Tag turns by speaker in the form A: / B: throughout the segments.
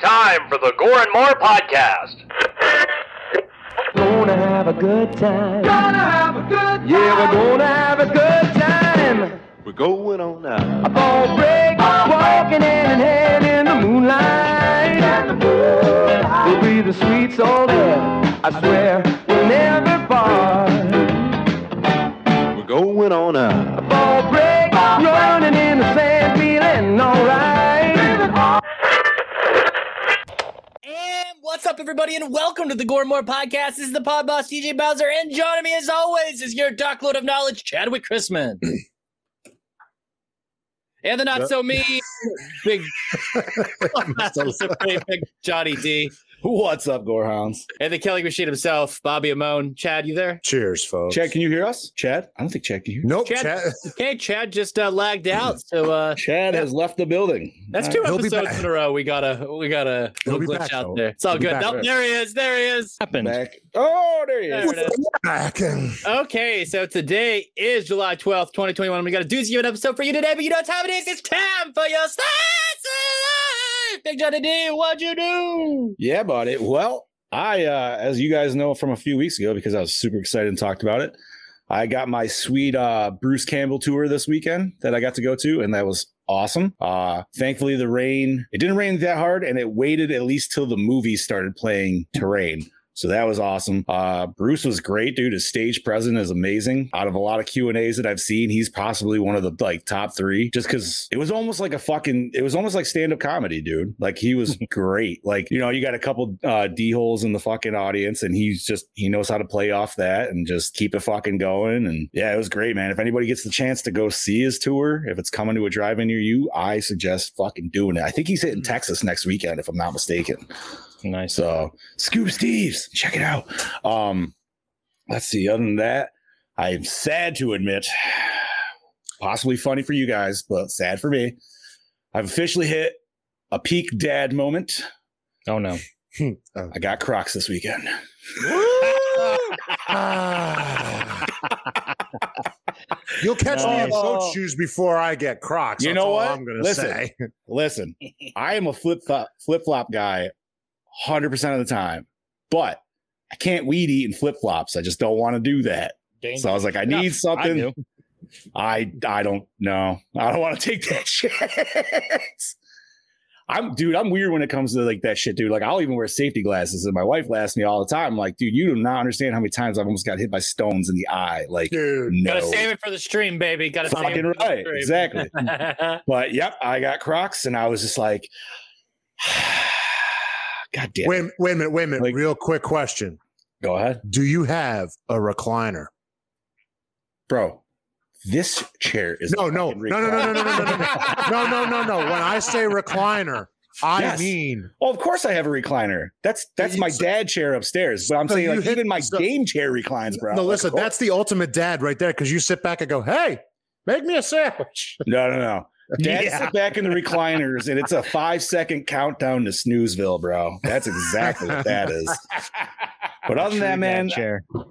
A: time for the Gore and More podcast.
B: Gonna have a good time. Gonna have a good time. Yeah, we're gonna have a good time.
C: We're going on now.
B: A ball break, walking hand in hand in the moonlight. We'll be the sweet soul there. I swear we'll never part.
C: We're going on now.
B: Ball break, running in the sand, feeling alright.
D: And what's up, everybody, and welcome to the Gore and More Podcast. This is the Pod Boss DJ Bowser, and joining me, as always, is your dockload of knowledge, Chadwick Chrisman, and the not so me, big, big Johnny D,
E: What's up, Gorehounds?
D: and the Kelly Machine himself, Bobby Amone. Chad, you there?
F: Cheers, folks.
E: Chad, can you hear us? Chad? I don't think Chad can hear.
F: Nope.
D: Chad-
F: Chad,
D: Okay, Chad just uh, lagged out, so uh,
E: Chad has left the building.
D: that's
E: All
D: two
E: right.
F: He'll be
D: episodes
F: back.
D: in a row. We got a we got a
F: He'll
D: little
F: be
D: glitch
F: back,
D: out
F: though.
D: there. It's all
F: He'll be
D: good.
F: back.
D: Nope, there he is. There he is.
E: Back. Oh, there he
D: There
E: is.
D: it is.
F: back and
D: Okay, so today is July 12th, 2021. We got a doozy of an episode for you today, but you know what time it is? It's time for your stats alive! Big Johnny D, what'd you do?
E: Yeah, buddy. Well, I, uh, as you guys know from a few weeks ago, because I was super excited and talked about it, I got my sweet uh, Bruce Campbell tour this weekend that I got to go to, and that was awesome. Uh, thankfully, the rain, it didn't rain that hard, and it waited at least till the movie started playing to rain. So that was awesome. Uh, Bruce was great, dude. His stage presence is amazing. Out of a lot of Q and A's that I've seen, he's possibly one of the like top three. Just because it was almost like a fucking, it was almost like stand up comedy, dude. Like he was great. Like you know, you got a couple uh, d holes in the fucking audience, and he's just he knows how to play off that and just keep it fucking going. And yeah, it was great, man. If anybody gets the chance to go see his tour, if it's coming to a drive in near you, I suggest fucking doing it. I think he's hitting Texas next weekend, if I'm not mistaken.
D: Nice.
E: So Scoop Steve's, check it out. Um, let's see. Other than that, I'm sad to admit, possibly funny for you guys, but sad for me. I've officially hit a peak dad moment.
D: Oh no.
F: Hmm. Oh.
E: I got Crocs this weekend.
F: ah. You'll catch me in
E: Nice.
F: boat shoes before I get Crocs.
E: You
F: That's
E: know
F: all
E: what?
F: I'm gonna
E: Listen.
F: say.
E: Listen, I am a flip flop flip flop guy, hundred percent of the time, but I can't weed eat in flip flops. I just don't want to do that. So I was like, I
D: Yeah,
E: need something. I I don't know. I don't want to take that shit. I'm dude, I'm weird when it comes to like that shit, dude. Like I'll even wear safety glasses and my wife laughs at me all the time. I'm like, dude, you do not understand how many times I've almost got hit by stones in the eye. Like
F: Dude.
E: no.
D: Gotta save it for the stream, baby. Gotta save
E: Fucking
D: it.
E: right.
D: for the
E: Exactly.
D: stream.
E: But yep, I got Crocs and I was just like God damn. it.
F: Wait, wait a minute, wait a minute.
E: Like-
F: Real quick question.
E: Go ahead.
F: Do you have a recliner?
E: Bro, this chair is
F: No, no,
E: fucking
F: no, no, no, no, no, no, no, no. No, no, no, no. When I say recliner, I
E: Yes.
F: mean
E: Well, of course I have a recliner. That's that's
F: you-
E: my
F: so-
E: dad chair upstairs. But I'm
F: So
E: saying
F: you
E: like
F: hit-
E: even my
F: so-
E: game chair reclines, bro.
F: no,
E: Like, oh,
F: listen,
E: of course-
F: that's the ultimate dad right there because you sit back and go, Hey, make me a sandwich.
E: No, no, no. Dad
F: Yeah.
E: sit back in the recliners, and it's a five second countdown to snoozeville, bro. That's exactly what that is. But other than that, man,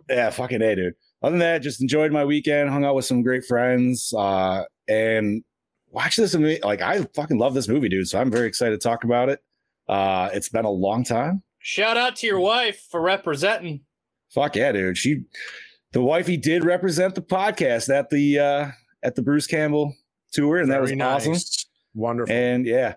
E: yeah, fucking a, dude. Other than that, just enjoyed my weekend, hung out with some great friends, uh, and watched this movie. Like, I fucking love this movie, dude. So I'm very excited to talk about it. Uh, it's been a long time.
D: Shout out to your wife for representing.
E: Fuck yeah, dude. She, the wifey, did represent the podcast at the uh, at the Bruce Campbell tour, and that was
F: Very
E: awesome.
F: nice. Wonderful.
E: And yeah,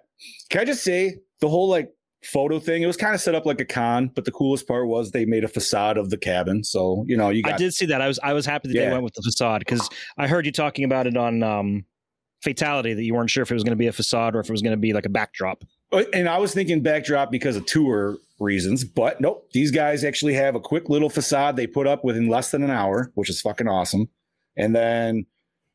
E: can I just say the whole like photo thing? It was kind of set up like a con, but the coolest part was they made a facade of the cabin. So you know, you got
G: I did see that. I was I was happy that
E: Yeah.
G: they went with the facade because I heard you talking about it on um, Fatality that you weren't sure if it was going to be a facade or if it was going to be like a backdrop.
E: and I was thinking backdrop because of tour reasons, but nope. These guys actually have a quick little facade they put up within less than an hour, which is fucking awesome. And then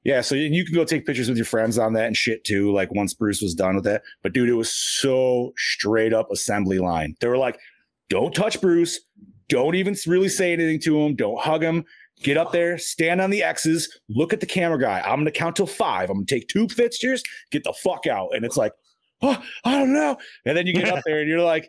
E: yeah, so you you can go take pictures with your friends on that and shit too. Like once Bruce was done with that, but dude, it was so straight up assembly line. They were like, "Don't touch Bruce. Don't even really say anything to him. Don't hug him." Get up there, stand on the X's, look at the camera guy. I'm gonna count till five. I'm gonna take two pictures, get the fuck out. And it's like, oh, I don't know. And then you get up there and you're like,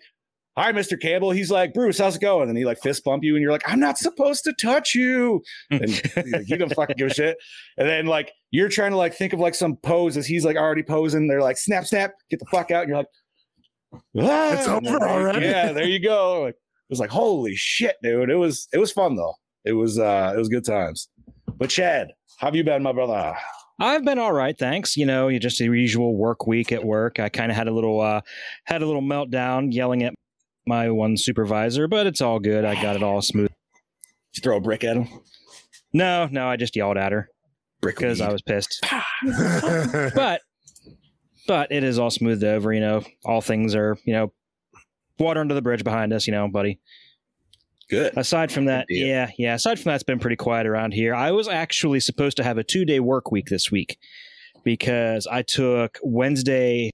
E: Hi, Mr. Campbell. He's like, Bruce, how's it going? And he like fist bump you, and you're like, I'm not supposed to touch you. And he's like, he don't fucking give a shit. And then like you're trying to like "Ah." think of like some pose as he's like already posing. They're like, snap, snap, get the fuck out. And you're like, it's
F: over already?
E: Yeah, there you go. Like, it was like, holy shit, dude. It was it was fun though. It was uh it was good times. But Chad, how have you been, my brother?
G: I've been all right, thanks. You know, you just your usual work week at work. I kind of had a little uh had a little meltdown yelling at my one supervisor, but it's all good. I got it all smooth.
E: Did you throw a brick at him?
G: No, no, I just yelled at her
E: Brick
G: because I
E: weed.
G: was pissed. But but it is all smoothed over, you know. All things are, you know, water under the bridge behind us, you know, buddy.
E: good.
G: Aside from that,
E: deal.
G: yeah, yeah. Aside from that, it's been pretty quiet around here. I was actually supposed to have a two day work week this week because I took Wednesday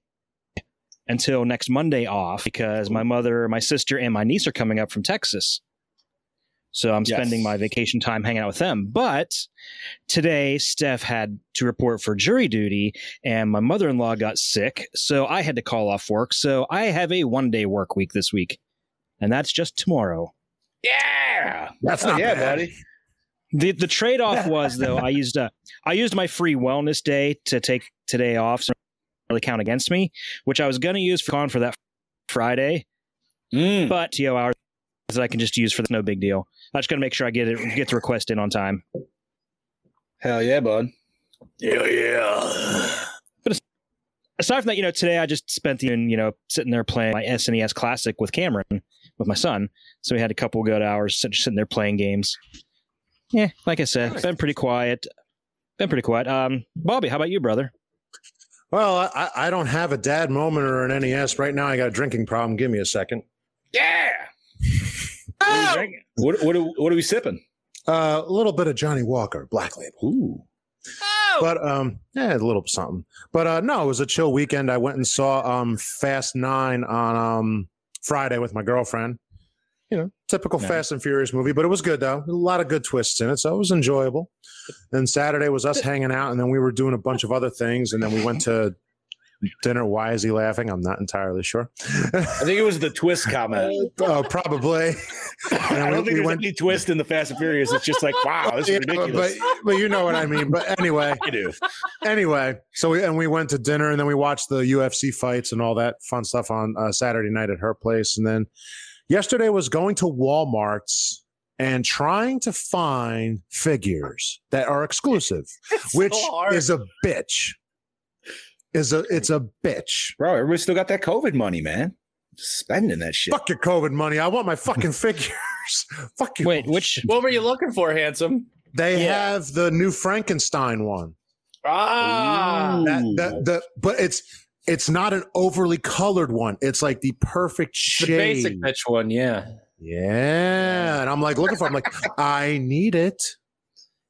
G: until next Monday off because my mother, my sister, and my niece are coming up from Texas. So I'm
E: Yes.
G: spending my vacation time hanging out with them. But today, Steph had to report for jury duty, and my mother in law got sick. So I had to call off work. So I have a one day work week this week, and that's just tomorrow.
E: Yeah.
F: That's
E: Oh,
F: not
E: yeah,
F: bad.
E: buddy.
G: The the trade off was though I used uh, I used my free wellness day to take today off so it doesn't really count against me, which I was gonna use for con for that Friday,
E: Mm.
G: but TO hours that I can just use for no big deal. I just gotta make sure I get it get the request in on time.
E: Hell yeah, bud.
G: Aside from that, you know, today I just spent the you know sitting there playing my SNES Classic with Cameron with my son, so we had a couple good hours sit- just sitting there playing games. Yeah, like I said, been pretty quiet. Been pretty quiet. Um, Bobby, how about you, brother?
F: Well, I, I don't have a dad moment or an NES right now. I got a drinking problem. Give me a second.
D: Oh,
E: Oh! What what are, what are we sipping?
F: Uh, a little bit of Johnny Walker, Black Label.
E: Ooh. Oh.
D: oh!
F: But um, yeah, a little something. But uh, no, it was a chill weekend. I went and saw um Fast Nine on um Friday with my girlfriend. You know, typical
G: Nice.
F: Fast and Furious movie, but it was good though. A lot of good twists in it, so it was enjoyable. And Saturday was us hanging out, and then we were doing a bunch of other things, and then we went to dinner. Why is he laughing? I'm not entirely sure.
E: I think it was the twist comment.
F: oh, probably.
E: I
F: we-
E: don't think
F: we
E: there's
F: went-
E: any twist in the Fast and Furious. It's just like, wow, Oh, this is
F: Yeah, but,
E: ridiculous.
F: but but you know what I mean. But anyway,
E: you do.
F: anyway, so we and we went to dinner and then we watched the UFC fights and all that fun stuff on uh, Saturday night at her place. And then yesterday was going to Walmart's and trying to find figures that are exclusive, which is a bitch. Is a it's a bitch.
E: Bro, everybody still got that COVID money, man. Just spending that shit.
F: Fuck your COVID money. I want my fucking figures. Fuck you.
G: Wait, which
D: What were you looking for, handsome?
F: They
D: Yeah.
F: have the new Frankenstein one.
D: Ah,
F: That,
E: Ooh.
F: that, the, but it's it's not an overly colored one. It's like the perfect
D: the
F: shade.
D: basic bitch one, yeah.
F: Yeah. And I'm like looking for it. I'm like, I need it.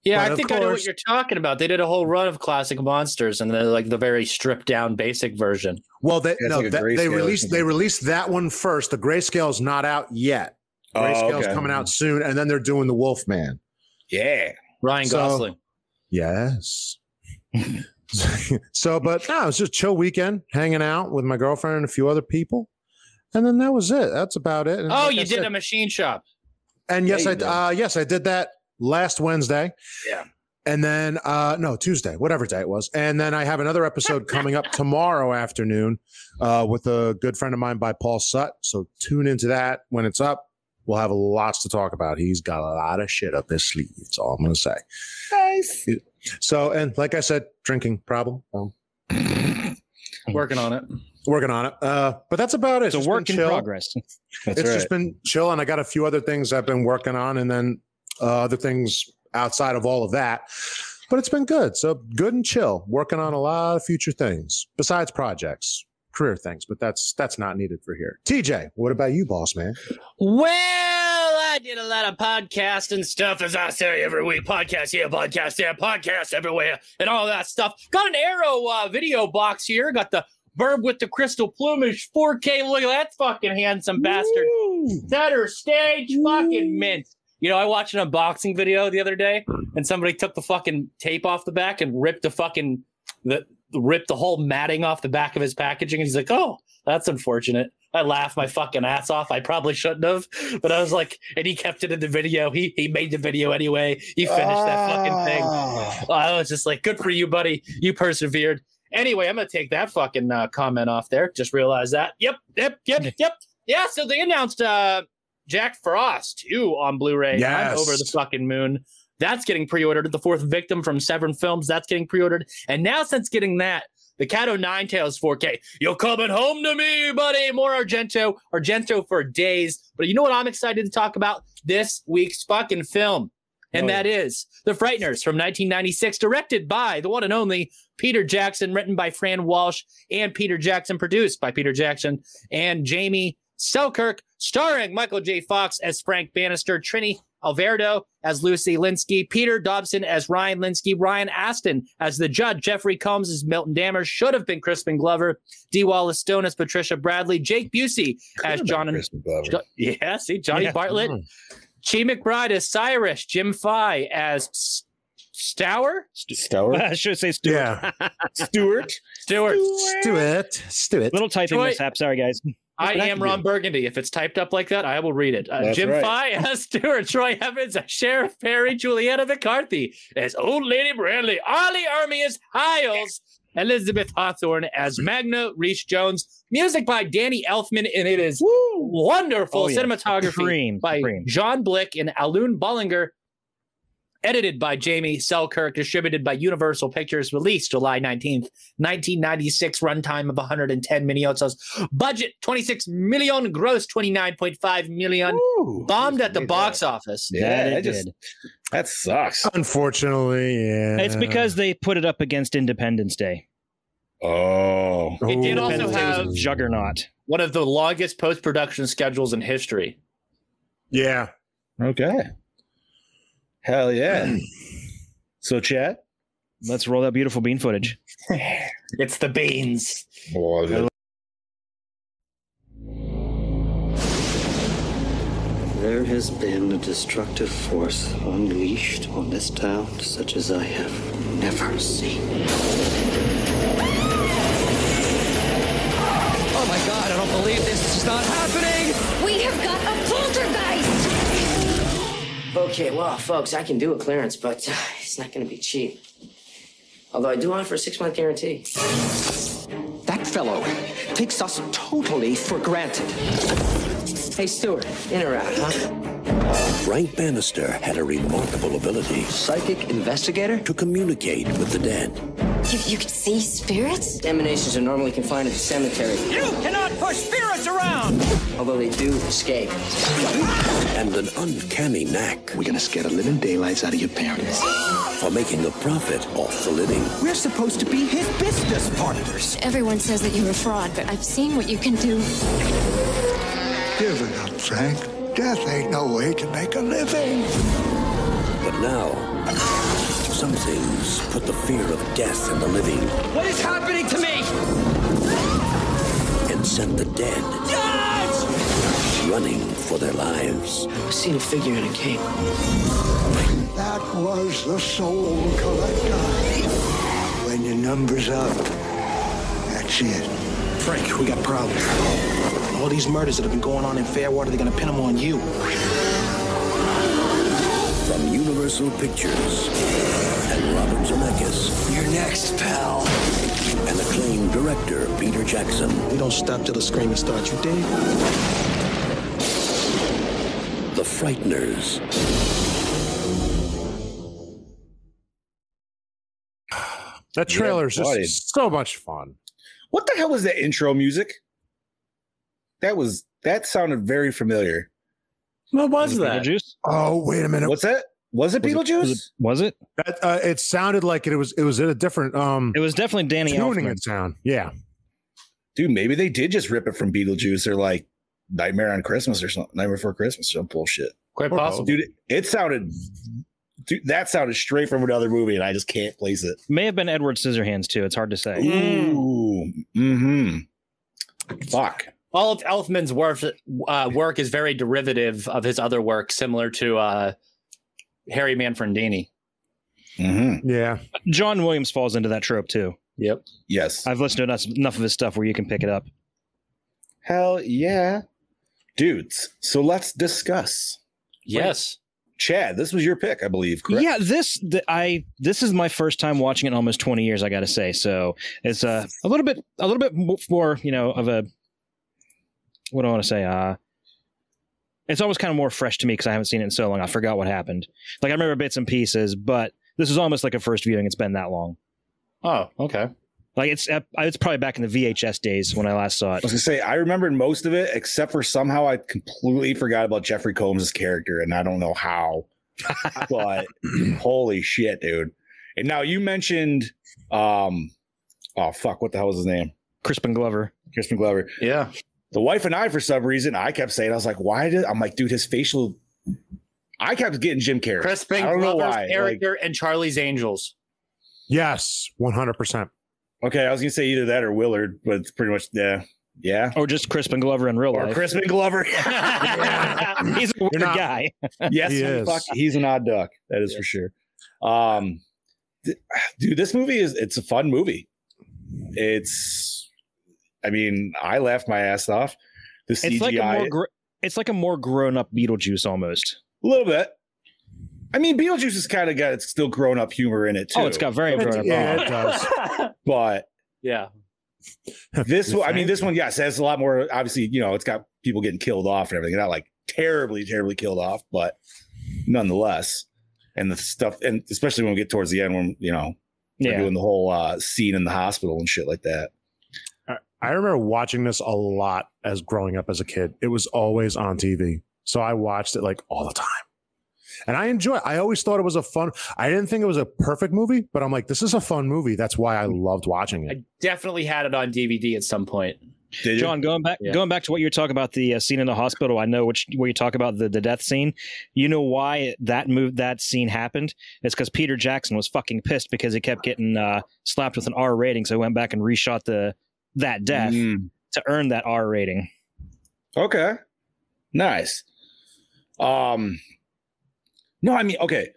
D: Yeah,
F: But
D: I
F: of
D: think I know what
F: course-
D: you're talking about. They did a whole run of classic monsters and then like the very stripped down basic version.
F: Well, they,
E: Yeah, it's
F: no,
E: like a
F: that-
E: grayscale
F: they
E: or
F: released they
E: something.
F: released that one first. The grayscale's not out yet.
E: Oh,
F: Grayscale's
E: okay. Mm-hmm.
F: coming out soon, and then they're doing the Wolfman.
E: Yeah.
D: Ryan
F: So- uh,
D: Gosling.
F: Yes. so, but no, it was just chill weekend, hanging out with my girlfriend and a few other people, and then that was it. That's about it. And
D: Oh,
F: like
D: you
F: I
D: did
F: said-
D: a machine shop.
F: And yes,
E: There
F: I
E: you go.
F: uh, yes I did that last Wednesday.
D: Yeah.
F: And then uh, no Tuesday, whatever day it was. And then I have another episode coming up tomorrow afternoon uh, with a good friend of mine by Paul Sutt. So tune into that when it's up. We'll have lots to talk about. He's got a lot of shit up his sleeve. That's all I'm gonna say. Nice. So and like I said, drinking problem. Um,
D: Working on it.
F: working on it. Uh, but that's about it.
G: it's a
F: Just been
G: work in
F: chill
G: progress.
E: That's
F: it's
E: right.
F: just been chill and i got a few other things i've been working on and then uh, other things outside of all of that but it's been good so good and chill working on a lot of future things besides projects career things but that's that's not needed for here tj what about you boss man
D: Well, I did a lot of podcasting stuff, as I say every week. Podcast here, podcast there, podcast everywhere, and all that stuff. Got an Arrow uh, video box here. Got the Burb with the crystal plumage 4K. Look at that fucking handsome bastard. Center stage fucking mint. You know, I watched an unboxing video the other day, and somebody took the fucking tape off the back and ripped the fucking the ripped the whole matting off the back of his packaging. And he's like, "Oh, that's unfortunate." I laughed my fucking ass off. I probably shouldn't have, but I was like, and he kept it in the video. He he made the video anyway. He finished that fucking thing. I was just like, "Good for you, buddy. You persevered." Anyway, I'm going to take that fucking uh, comment off there. Just realized that. Yep, yep, yep, yep. Yeah, so they announced uh, Jack Frost too on Blu-ray. I'm
F: Yes.
D: over the fucking moon. That's getting pre-ordered. The Fourth Victim from Severn Films. That's getting pre-ordered. And now since getting that, the Cat O' Nine Tails 4K. You're coming home to me, buddy. More Argento, Argento for days. But you know what I'm excited to talk about this week's fucking film, and
E: Oh,
D: that is The Frighteners from 1996, directed by the one and only Peter Jackson, written by Fran Walsh and Peter Jackson, produced by Peter Jackson and Jamie Selkirk, starring Michael J. Fox as Frank Bannister, Trini Alvarado as Lucy Linsky, Peter Dobson as Ryan Linsky, Ryan Aston as the judge, Jeffrey Combs as Milton Dammer, should have been Crispin Glover, D. Wallace Stone as Patricia Bradley, Jake Busey as John and Jo- yeah, see Johnny
G: Yeah.
D: Bartlett,
F: Mm-hmm. Mm.
D: Chi McBride as Cyrus, Jim Phi as S- Stour,
E: Stoward.
G: I should say Stuart.
F: Yeah.
E: Stewart.
D: Stewart.
F: Stuart. Stuart.
G: Little typing
D: Troy-
G: mishap. Sorry, guys.
D: I
E: what I
D: am
E: can
D: Ron
E: do.
D: Burgundy. If it's typed up like that, I will read it. Uh,
E: That's
D: Jim
E: right.
D: Phi as Stuart, Troy Evans as Sheriff Perry, Juliana McCarthy as Old Lady Bradley, Ollie Army as Hiles, Elizabeth Hawthorne as Magna Reese Jones. Music by Danny Elfman, and it is wonderful
G: Oh, yeah.
D: cinematography
G: Supreme,
D: by
G: supreme.
D: John Blick and Alun Bollinger. Edited by Jamie Selkirk, distributed by Universal Pictures, released July 19th, 1996, runtime of 110 minutes, budget 26 million, gross 29.5 million,
E: Ooh.
D: bombed at the
E: Amazing.
D: box office.
E: Yeah,
G: That
E: I
G: it
E: just-
G: did.
E: That sucks.
F: Unfortunately, yeah.
G: It's because they put it up against Independence Day.
E: Oh.
D: It did also
G: Independence Day
D: have-
G: was a juggernaut.
D: One of the longest post production schedules in history.
F: Yeah.
E: Okay. Hell yeah. so chat.
G: Let's roll that beautiful bean footage.
D: It's the beans.
B: There has been a destructive force unleashed on this town such as I have never seen.
H: Oh my god, I don't believe this is not happening!
I: We have got a poltergeist!
J: Okay, well, folks, I can do a clearance, but uh, it's not going to be cheap. Although I do offer a six month guarantee.
H: That fellow takes us totally for granted.
J: Hey, Stuart, in or out, huh?
B: Frank Bannister had a remarkable ability
H: Psychic investigator?
B: to communicate with the dead.
I: You, you can see spirits?
J: Emanations are normally confined to the cemetery,
H: You cannot push spirits around!
J: although they do escape.
B: and an uncanny knack. We're gonna scare the living daylights out of your parents. For making a profit off the living.
H: We're supposed to be his business partners.
I: Everyone says that you're a fraud, but I've seen what you can do.
B: Giving up, Frank. Death ain't no way to make a living. But now, some things put the fear of death in the living
H: What is happening to me?
B: and sent the dead running for their lives.
J: I've seen a figure in a cape.
B: That was the soul collector. When your number's up, that's it.
H: Frank, we got problems. All these murders that have been going on in Fairwater, they're gonna pin them on you.
B: From Universal Pictures and Robert Zemeckis
H: You're next, pal.
B: and acclaimed director Peter Jackson.
H: We don't stop till the screaming starts, you dig?
B: The Frighteners.
F: That trailer's
E: Yeah, bloody.
F: just so much fun.
E: What the hell was that intro music? That was that sounded very familiar.
F: What was
G: Beetlejuice?
F: Oh, wait a minute.
E: What's that? Was it Beetlejuice?
G: Was it, was it?
F: That, uh, it sounded like it was it was in a different um
G: It was definitely Danny
F: tuning
G: Elfman.
F: it sound. Yeah.
E: Dude, maybe they did just rip it from Beetlejuice or like Nightmare on Christmas or something, Nightmare Before Christmas, some bullshit.
D: Quite
F: Or
D: possible.
E: Dude, it, it sounded dude, that sounded straight from another movie and I just can't place it.
G: May have been Edward Scissorhands too. It's hard to say.
E: Ooh. Mm-hmm. Fuck.
D: All of Elfman's work, uh, work is very derivative of his other work, similar to uh, Harry Manfredini.
E: Mm-hmm.
F: Yeah.
G: John Williams falls into that trope too.
D: Yep.
E: Yes.
G: I've listened to enough, enough of his stuff where you can pick it up.
E: Hell yeah. Dudes, so let's discuss.
D: Yes.
E: Chad, this was your pick, I believe. Correct?
G: Yeah, this the, I this is my first time watching it in almost 20 years. I got to say, so it's uh, a little bit a little bit mo- more you know of a what do I want to say? Uh, it's almost kind of more fresh to me because I haven't seen it in so long. I forgot what happened. Like I remember bits and pieces, but this is almost like a first viewing. It's been that long.
E: Oh, okay.
G: Like it's uh, it's probably back in the VHS days when I last saw it.
E: I was gonna say I remembered most of it, except for somehow I completely forgot about Jeffrey Combs' character, and I don't know how. but holy shit, dude! And now you mentioned, um, oh fuck, what the hell was his name?
G: Crispin Glover.
E: Crispin Glover.
G: Yeah.
E: The wife and I, for some reason, I kept saying, I was like, why did I'm like, dude, his facial. I kept getting Jim Carrey.
D: Crispin
E: I don't know
D: Glover's
E: why.
D: character and Charlie's Angels.
F: Yes, one hundred percent.
E: Okay, I was gonna say either that or Willard, but it's pretty much yeah, yeah.
G: Or just Crispin Glover in real
E: Or
G: life.
E: Crispin Glover.
G: He's a weird
E: not-
G: guy.
E: yes,
F: He
E: he
F: is.
E: fuck, he's an odd duck. That is for sure. Um, th- dude, this movie is it's a fun movie. It's, I mean, I laughed my ass off. The CGI,
G: It's like a more gr- it's like a more grown up Beetlejuice almost.
E: a little bit. I mean, Beetlejuice has kind of got it's still grown up humor in it too.
G: Oh, it's got very grown up.
F: Yeah, it does.
E: but
D: Yeah.
E: this one, I mean, this one, yes, has a lot more. Obviously, you know, it's got people getting killed off and everything. Not like terribly, terribly killed off, but nonetheless. And the stuff, and especially when we get towards the end, when you know they're
G: Yeah.
E: doing the whole uh, scene in the hospital and shit like that.
F: I- I remember watching this a lot as growing up as a kid. It was always on TV. So I watched it like all the time. And I enjoy it. I always thought it was a fun I didn't think it was a perfect movie, but I'm like, this is a fun movie. That's why I loved watching it.
D: I definitely had it on DVD at some point.
E: Did
G: John, going back
D: Yeah.
G: going back to what you were talking about the uh, scene in the hospital, I know which where you talk about the, the death scene. You know why that move that scene happened? It's because Peter Jackson was fucking pissed because he kept getting uh, slapped with an R rating, so he went back and reshot the that
E: you?
G: death
E: Mm.
G: to earn that R rating.
E: Okay, nice. Um, no, I mean, okay.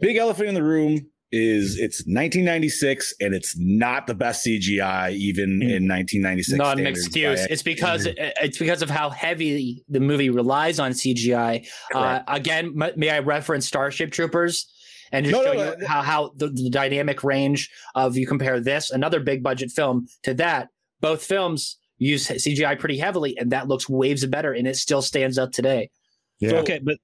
E: Big elephant in the room is it's 1996 and it's not the best CGI even in 1996.
D: Mm. Not an
E: standards by
D: excuse.
E: any-
D: It's because uh, it's because of how heavy the movie relies on CGI. Uh, again, m- may I reference Starship Troopers and just
E: No,
D: show
E: no,
D: you how how the, the dynamic range of you compare this another big budget film to that. Both films use CGI pretty heavily, and that looks waves better, and it still stands up today.
F: Yeah.
E: So-
G: Okay, but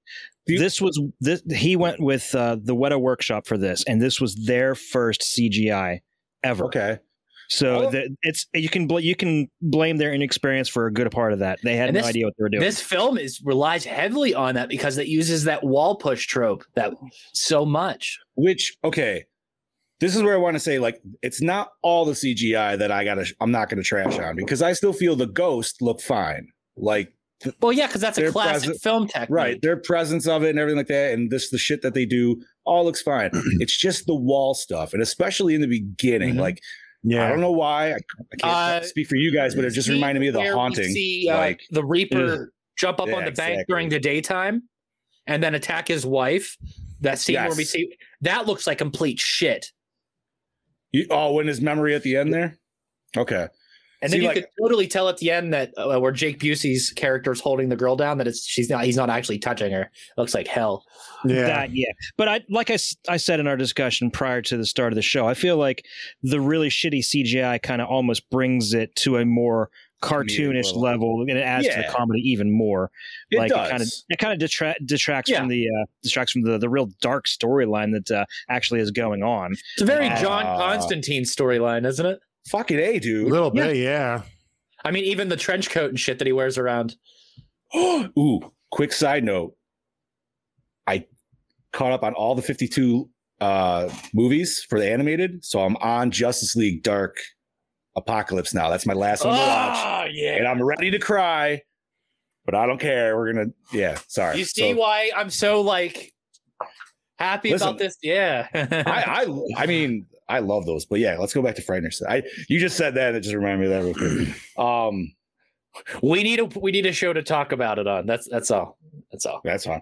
E: Do you-
G: this was this he went with uh, the Weta workshop for this, and this was their first CGI ever.
E: Okay.
G: So
E: All-
G: the, it's you can bl- you can blame their inexperience for a good part of that. They had
D: And
G: no
D: this-
G: idea what they were doing.
D: This film is relies heavily on that because it uses that wall push trope that so much.
E: Which okay, this is where I want to say like it's not all the CGI that I gotta. I'm not gonna trash on because I still feel the ghost look fine. Like
D: Well, yeah, because that's a
E: They're
D: classic
E: present-
D: film technique.
E: right, their presence of it and everything like that, and this the shit that they do all looks fine. it's just the wall stuff, and especially in the beginning,
D: Mhm.
E: like I
F: Yeah.
E: don't know why. I, I can't
D: Uh,
E: speak for you guys, but it just
D: scene
E: reminded me of the
D: where we
E: haunting.
D: see, uh,
E: like
D: the Reaper jump up
E: Yeah,
D: on the bank
E: exactly.
D: during the daytime and then attack his wife. That scene where we
E: Yes.
D: see that looks like complete shit.
E: you, oh, when his memory at the end there. Okay,
D: And
E: See,
D: then you
E: like-
D: could totally tell at the end that uh, where Jake Busey's character is holding the girl down that it's she's not he's not actually touching her. It looks like hell.
F: Yeah.
G: That yeah, but I like I, s- I said in our discussion prior to the start of the show, I feel like the really shitty CGI kind of almost brings it to a more cartoonish
E: level.
G: level, and it adds to
E: Yeah.
G: the comedy even more.
E: it
G: like
E: does.
G: it kind of it kind of detra- detracts
D: Yeah.
G: from the uh, distracts from the the real dark storyline that uh, actually is going on.
D: It's a very
E: Wow.
D: John Constantine storyline, isn't it?
E: Fucking a
F: A
E: dude.
F: little bit, yeah.
D: I mean, even the trench coat and shit that he wears around.
E: Ooh, quick side note. I caught up on all the 52 uh movies for the animated, so I'm on Justice League Dark Apocalypse now. That's my last one to watch.
D: Oh, yeah.
E: And I'm ready to cry, but I don't care. We're gonna yeah, sorry.
D: You see
E: So,
D: why I'm so like happy
E: Listen,
D: about this? Yeah.
E: I, I I mean I love those, but yeah, let's go back to Frighteners. I you just said that, and it just reminded me of that real quick. Um
D: we need a we need a show to talk about it on. That's that's all. That's all.
E: that's fine.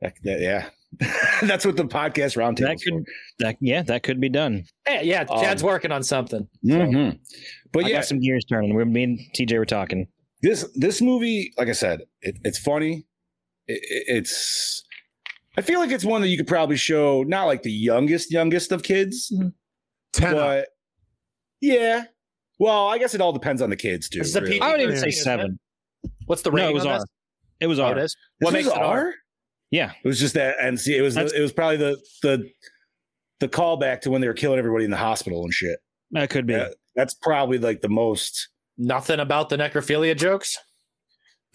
E: That, that- yeah. that's what the podcast roundtable
G: That could that yeah that could be done.
D: Hey, yeah,
E: Um,
D: Chad's working on something.
E: Mm-hmm. But
G: I
E: yeah,
G: got some gears turning. We me and TJ were talking.
E: this this movie like i said it, it's funny it, it- it's I feel like it's one that you could probably show not like the youngest youngest of kids,
F: ten.
E: But yeah, well, I guess it all depends on the kids too.
D: This is a
G: Uh,
D: PG-13,
E: I would even
D: isn't
E: say
D: it?
E: seven.
D: What's the
E: No, it
D: rating
E: was
D: on
E: R.
D: this?
G: It was
D: Oh,
G: R.
D: it is?
E: This
D: What makes
E: was
D: it R?
E: R?
G: Yeah,
E: It was just that, and see, it was the,
G: That's-
E: it was probably the the the callback to when they were killing everybody in the hospital and shit.
G: that could be.
E: That- that's probably like the most.
D: Nothing about the necrophilia jokes.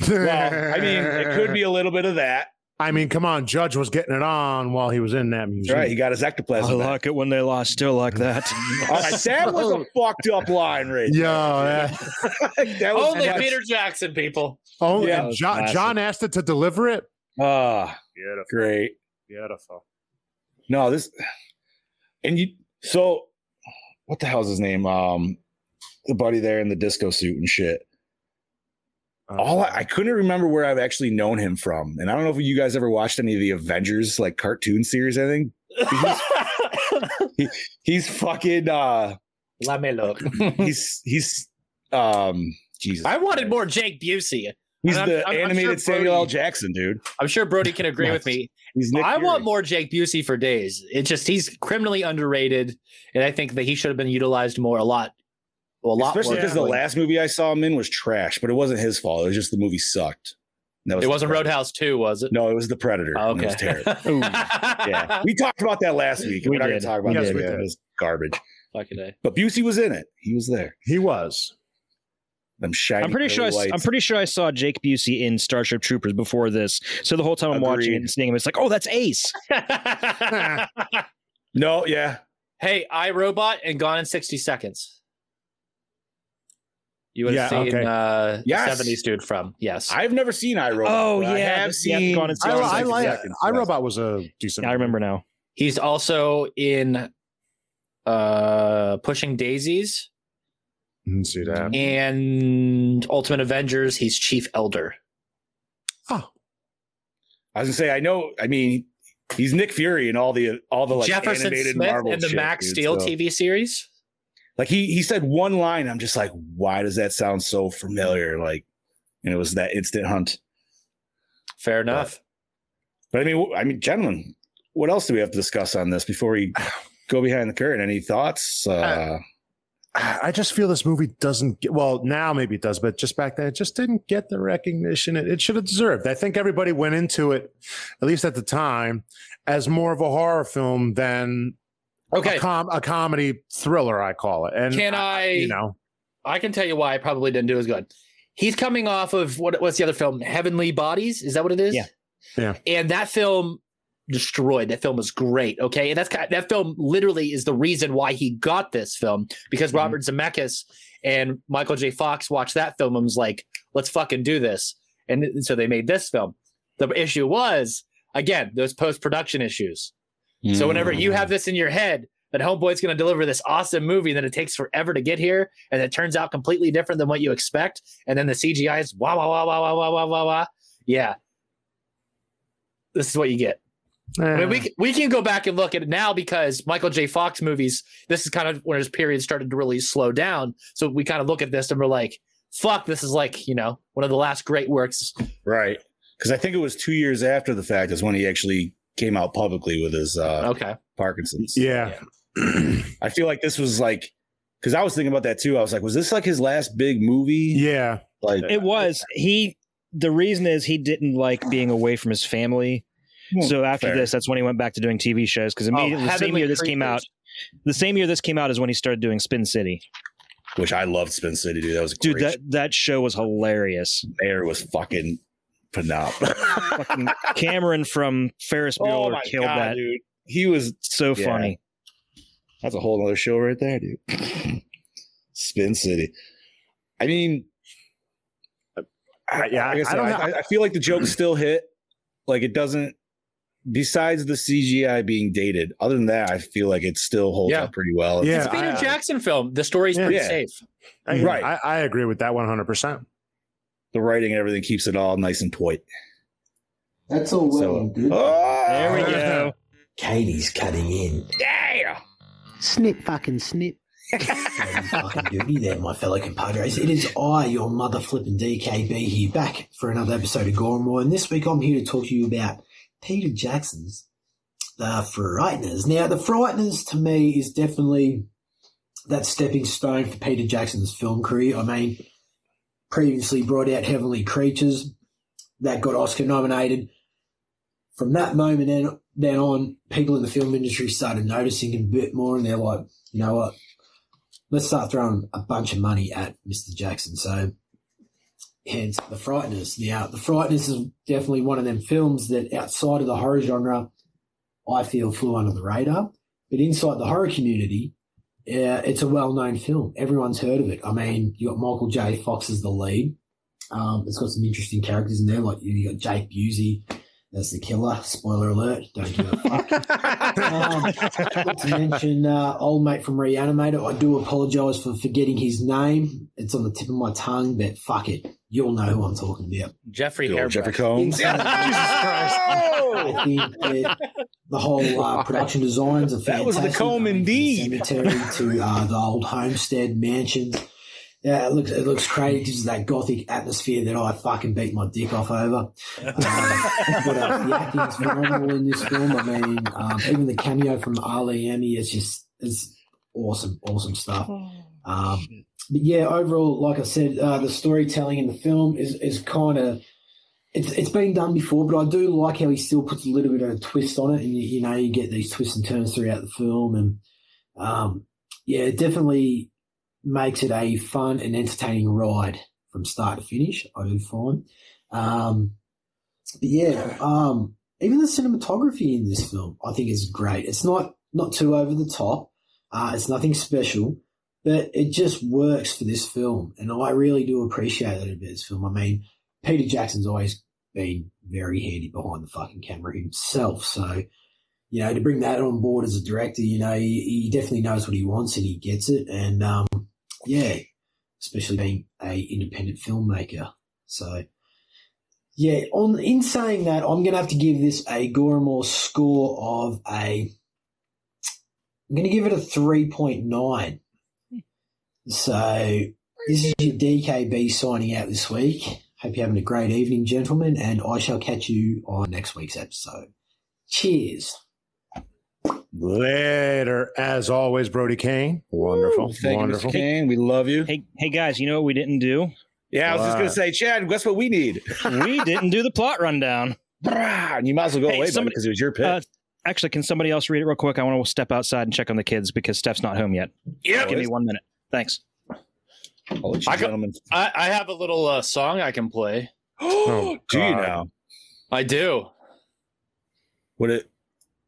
E: Well, I mean, it could be a little bit of that.
F: I mean, come on, Judge was getting it on while he was in that
E: That's
F: museum.
E: right, he got his
G: I
E: ectoplasm. back.
G: like it when they lie still like that.
E: All right, that was a fucked up line, right?
F: Yo, that,
E: there. that
D: Oh,
E: was
K: Only
E: much-
K: Peter Jackson, people.
F: oh,
E: Yeah, it
F: and
E: was
F: John,
E: classic.
F: John asked it to deliver it.
E: Ah,
F: Beautiful,
E: great.
F: beautiful.
E: No, this and you so what the hell's his name? Um the buddy there in the disco suit and shit. All Oh, I, I couldn't remember where I've actually known him from. And I don't know if you guys ever watched any of the Avengers like cartoon series, I think. He's fucking uh
D: Let me look.
E: he's he's um Jesus.
K: I wanted more Jake Busey.
E: he's
K: I'm-
E: the
K: I'm- I'm sure
E: animated Samuel L.
K: Brody-
E: Jackson, dude.
D: I'm sure Brody can agree with me.
E: He's Nick
D: I
E: Fury.
D: want more Jake Busey for days. It just he's criminally underrated, and I think that he should have been utilized more a lot. Well, a lot
E: especially
D: more
E: because the
D: frequently.
E: last movie I saw him in was trash, but it wasn't his fault. It was just the movie sucked. And That was
D: it
E: the
D: wasn't
E: Predator.
D: Roadhouse Two, was it?
E: No, it was the Predator.
D: Oh,
E: and It was
D: okay.
E: terrible. yeah, we talked about that last week.
G: We
E: We We're not going
G: did.
E: to talk about
G: We
E: that.
G: did.
E: again. It was garbage.
D: Fucking A.
E: But Busey was in it. He was there.
F: He was.
E: I'm shiny.
G: I'm pretty sure I,
E: little
G: s- I'm
E: lights.
G: pretty sure I saw Jake Busey in Starship Troopers before this. So the whole time I'm watching
E: Agreed.
G: it and seeing him, it's like, oh, that's Ace.
E: no, yeah.
D: eh. hey, I Robot and Gone in sixty seconds. You would have
F: Yeah,
D: seen
F: okay.
D: uh, the
E: Yes.
D: seventies dude from yes.
E: I've never seen iRobot.
G: Oh,
E: but I
G: yeah,
E: have
G: that's- yeah,
E: seen.
G: Gone in
F: I,
G: Yeah,
F: I
G: Sixty
F: like
E: Seconds.
F: I Robot was a decent.
G: I remember now.
D: He's also in uh, Pushing Daisies
F: Didn't see
E: Mm-hmm.
F: that.
D: and Ultimate Avengers. He's Chief Elder.
E: I was gonna say. I know. I mean, he's Nick Fury in all the all the like
D: Jefferson
E: animated
D: Smith
E: Marvel
D: in the
E: shit,
D: Max
E: dude,
D: Steel
E: so-
D: TV series.
E: Like he he said one line. I'm just like, why does that sound so familiar? Like, and it was that instant hunt.
D: Fair enough.
E: But I mean, wh- I mean, gentlemen, what else do we have to discuss on this before we go behind the curtain? Any thoughts? Uh,
F: I I just feel this movie doesn't get well now maybe it does, but just back then it just didn't get the recognition it, it should have deserved. I think everybody went into it, at least at the time, as more of a horror film than
D: okay,
F: a, com- a comedy thriller, I call it. And
D: Can I-
F: you know
D: I can tell you why I probably didn't do as good. He's coming off of what? What's the other film? Heavenly Bodies. Is that what it is?
G: Yeah.
F: Yeah.
D: And that film destroyed. That film was great. Okay, and that's kind that film literally is the reason why he got this film because
E: Mm-hmm.
D: Robert Zemeckis and Michael J. Fox watched that film and was like, "Let's fucking do this." And th- so they made this film. The issue was again those post production issues.
E: Uh,
D: So whenever you
E: Mm.
D: have this in your head that Homeboy's going to deliver this awesome movie, then it takes forever to get here, and it turns out completely different than what you expect, and then the CGI is wah wah wah wah wah wah wah wah wah. Yeah, this is what you get. I mean, we c- we can go back and look at it now because Michael J. Fox movies. This is kind of when his period started to really slow down. So we kind of look at this and we're like, "Fuck, this is like you know one of the last great works."
E: right. Because I think it was two years after the fact is when he actually came out publicly with his uh,
D: Okay,
E: Parkinson's.
F: Yeah.
E: I feel like this was like, because I was thinking about that too. I was like, was this like his last big movie?
F: yeah.
E: Like,
G: It was. He the reason is he didn't like being away from his family.
E: Hmm,
G: So after
E: fair. Oh,
G: this, that's when he went back to doing TV shows because immediately the same
D: Heavenly
G: year this came out,
D: Creatures.
G: the same year this came out is when he started doing Spin City.
E: which I loved Spin City, dude. That was a
G: Dude,
E: great.
G: that that show was hilarious.
E: show. Air was fucking phenomenal.
G: Fucking Cameron from Ferris
E: oh
G: Bueller
E: my
G: killed
E: god,
G: that.
E: dude. He was
G: So
E: Yeah.
G: funny.
E: That's a whole other show right there, dude. Spin City. I mean, I,
F: yeah,
E: like I,
F: I
E: said,
F: don't
E: I,
F: know.
E: I- I feel like the jokes still hit. Like it doesn't. Besides the CGI being dated, other than that, I feel like it still holds
D: Yeah.
E: up pretty well.
F: Yeah,
D: it's a Peter
F: I-
D: Jackson film. The story's
F: Yeah.
D: pretty
E: Yeah.
D: safe.
F: I,
E: Right.
F: I, I agree with that one hundred percent.
E: The writing and everything keeps it all nice and point.
B: That's all well
E: So,
B: and good.
E: Oh,
G: There we go.
B: Katie's cutting in.
E: Yeah.
B: Snip fucking snip. fucking duty there, my fellow compadres. It is I, your mother flippin' DKB, here back for another episode of Gore and More. And this week I'm here to talk to you about Peter Jackson's The Frighteners. Now, The Frighteners to me is definitely that stepping stone for Peter Jackson's film career. I mean, previously brought out Heavenly Creatures that got Oscar nominated. From that moment then, then on, people in the film industry started noticing him a bit more and they're like, you know what? Let's start throwing a bunch of money at Mr. Jackson. So hence The Frighteners. Now, The Frighteners is definitely one of them films that outside of the horror genre, I feel flew under the radar. But inside the horror community, uh, it's a well-known film. Everyone's heard of it. I mean, you got Michael J. Fox as the lead. Um, it's got some interesting characters in there, like you got Jake Busey as the killer. Spoiler alert! Don't give a fuck. um, not to mention uh, old mate from Reanimator. I do apologise for forgetting his name. It's on the tip of my tongue, but fuck it, you'll know who I'm talking about.
D: Jeffrey
E: Good
D: Hairbrush.
E: old Jeffrey Combs.
D: Inside-
B: I think that the whole uh, production designs are
E: That
B: fantastic.
E: was the comb
B: indeed. Cemetery to uh, the old homestead mansions. Yeah, it looks it looks crazy. It gives that gothic atmosphere that I fucking beat my dick off over. Um, but, uh, the acting's phenomenal in this film. I mean, um, even the cameo from Ali Emi is just is awesome, awesome stuff. Um, but yeah, overall, like I said, uh, the storytelling in the film is is kind of it's it's been done before, but I do like how he still puts a little bit of a twist on it, and you, you know you get these twists and turns throughout the film, and um, yeah, it definitely makes it a fun and entertaining ride from start to finish. I do find, um, but yeah, um, even the cinematography in this film I think is great. It's not not too over the top. Uh, it's nothing special, but it just works for this film, and I really do appreciate that about this film. I mean. Peter Jackson's always been very handy behind the fucking camera himself. So, you know, to bring that on board as a director, you know, he, he definitely knows what he wants and he gets it. And um, yeah, especially being a independent filmmaker. So, yeah. On in saying that, I'm gonna have to give this a Goramore score of a. I'm gonna give it a three point nine. So this is your DKB signing out this week. Hope you're having a great evening, gentlemen, and I shall catch you on next week's episode. Cheers.
F: Later, as always, Brody Kane. Wonderful,
E: Thank
F: wonderful.
E: you, Mr. Kane. We love you.
G: Hey, hey guys, you know what we didn't do?
E: Yeah, I was just
G: What?
E: gonna say, Chad. Guess what we need?
G: we didn't do the plot rundown.
E: And you might as well go away, buddy, 'cause it was your pick.
D: uh,
G: Uh, actually, can somebody else read it real quick? I want to step outside and check on the kids because Steph's not home yet.
D: Yeah.
G: give me one minute. Thanks.
D: I, can, I, I have a little uh, song I can play.
E: Oh, do you now?
D: I do.
E: Would it?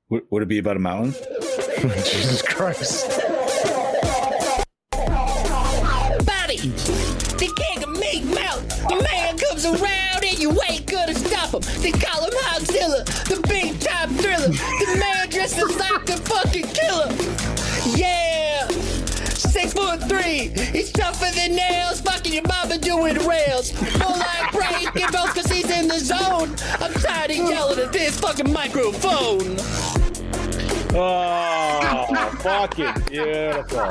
E: Would, would it be about a mountain?
F: Jesus Christ!
I: Bobby, the king of Meat Mouth. The man comes around and you ain't gonna stop him. They call him Hogzilla, the big time thriller. The man dresses like the fucking killer. Yeah. Six foot three, he's tougher than nails. Fucking your mama doing rails. Full line break and both cause he's in the zone. I'm tired of yelling at this fucking microphone.
E: Oh, fucking beautiful.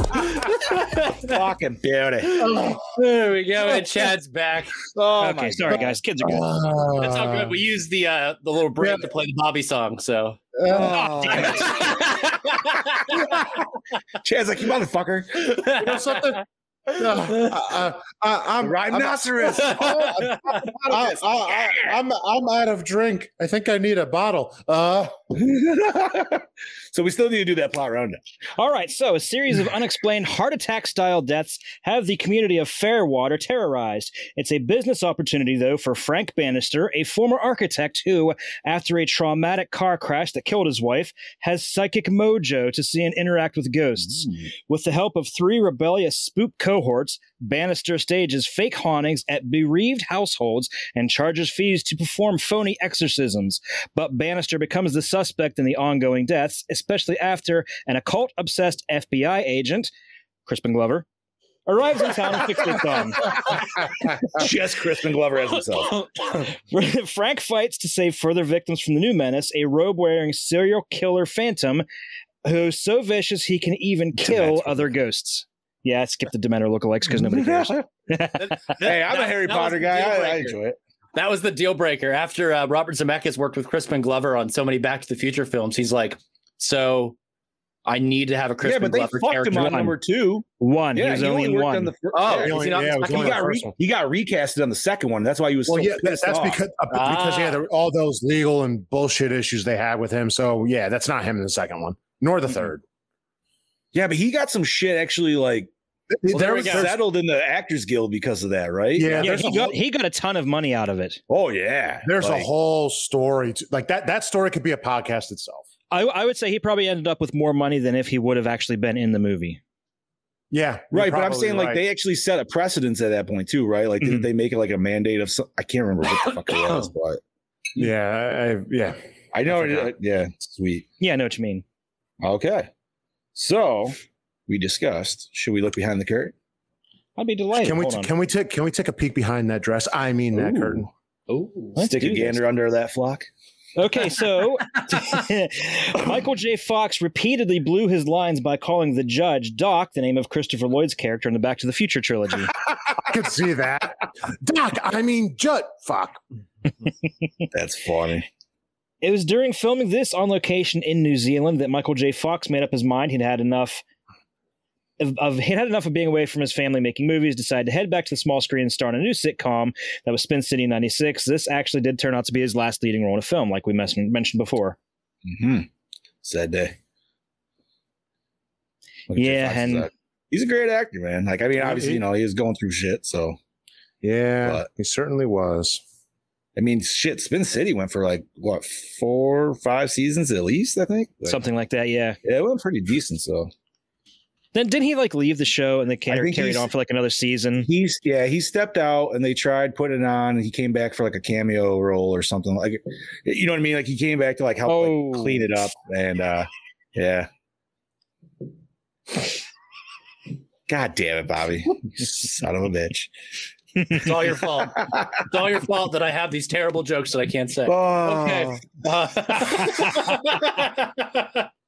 E: fucking beauty.
D: There we go. Oh, And Chad's back.
E: Oh,
G: okay, sorry, guys. Kids are good.
D: That's all good. We used the uh, the little break to play the Bobby song. So
F: Uh,
E: Oh, damn it. Chad's like, you motherfucker.
F: You know something? Uh, uh, uh, I'm
E: Rhinoceros.
F: I'm, Oh, I'm- I, I, I, I'm I'm out of drink. I think I need a bottle. Uh,
E: so we still need to do that plot roundup.
G: All right, so a series of unexplained heart attack style deaths have the community of Fairwater terrorized. It's a business opportunity, though, for Frank Bannister, a former architect who, after a traumatic car crash that killed his wife, has psychic mojo to see and interact with ghosts. With the help of three rebellious spook cohorts, Bannister stages fake hauntings at bereaved households and charges fees to perform phony exorcisms. But Bannister becomes the suspect in the ongoing deaths, especially after an occult obsessed FBI agent, Crispin Glover, arrives in town and fixes it on.
E: Just Crispin Glover as himself.
G: Frank fights to save further victims from the new menace, a robe wearing serial killer phantom who's so vicious he can even kill other ghosts. Yeah, I skipped the Dementor lookalikes because nobody cares.
E: hey, I'm a Harry
D: that was
E: Potter
D: the
E: guy.
D: deal
E: I, I
D: breaker.
E: enjoy it.
D: That was the deal breaker. After uh, Robert Zemeckis worked with Crispin Glover on so many Back to the Future films, he's like, "So, I need to have a Crispin
E: yeah, but they
D: Glover
E: fucked
D: character."
E: him on number two.
G: One.
E: Yeah,
G: he was only in
E: worked
G: one.
E: On the fir-
D: Oh,
E: yeah,
D: he
E: he,
D: only-
E: only-
D: yeah, he was
E: he
D: only on
E: got
D: the
E: re-
D: first one.
E: he got recasted on the second one. That's why he was.
F: Well,
E: so
F: yeah, that,
E: pissed
F: that's
E: off.
F: because uh, because yeah, there were all those legal and bullshit issues they had with him. So yeah, that's not him in the second one, nor the third.
E: Yeah, but he got some shit actually like
F: Well,
E: they
F: there
E: were
F: we go.
E: settled in the Actors Guild because of that, right?
F: Yeah,
G: Yeah, he got he got a ton of money out of it.
E: Oh yeah,
F: There's
G: Like-
F: a whole story to, like that. That story could be a podcast itself.
G: I, I would say he probably ended up with more money than if he would have actually been in the movie.
F: Yeah,
E: right. But I'm saying like they actually set a precedence at that point too, right? Like didn't they make it like a mandate of some, I can't remember what the fuck it was, but
F: yeah, I, yeah,
E: I know. it, yeah, sweet.
G: Yeah, I know what you mean.
E: Okay, so we discussed. Should we look behind the curtain?
G: I'd be delighted.
F: Can we
E: Hold on.
F: can we take can we take a peek behind that dress? I mean that
E: Ooh.
F: curtain.
D: Oh,
E: Stick a gander under that flock.
G: Okay, so Michael J. Fox repeatedly blew his lines by calling the judge Doc, the name of Christopher Lloyd's character in the Back to the Future trilogy.
F: I could see that, Doc. I mean Jut. Fuck.
E: That's funny.
G: It was during filming this on location in New Zealand that Michael J. Fox made up his mind he'd had enough of, of he'd had enough of being away from his family making movies, decided to head back to the small screen and start a new sitcom that was Spin City 96. This actually did turn out to be his last leading role in a film, like we mes- mentioned before.
E: Mm-hmm. Sad day. Look at Jim
G: Yeah,
E: Fox's
G: and-
E: act. he's a great actor, man. Like, I mean, obviously, you know, he was going through shit, so
F: yeah,
E: he
F: certainly was.
E: I mean, shit, Spin City went for like what four, or five seasons at least, I think,
G: Something like that, yeah.
E: Yeah, it went pretty decent. So
G: Then didn't he like leave the show and they
E: I
G: car-
E: think
G: carried
E: he's-
G: on for like another season?
E: he's yeah, he stepped out and they tried putting it on, and he came back for like a cameo role or something like, you know what I mean? Like he came back to like help like,
G: Oh.
E: clean it up, and uh yeah. God damn it, Bobby! You Son of a bitch.
D: it's all your fault. It's all your fault that I have these terrible jokes that I can't say.
E: Oh,
D: Okay. Uh,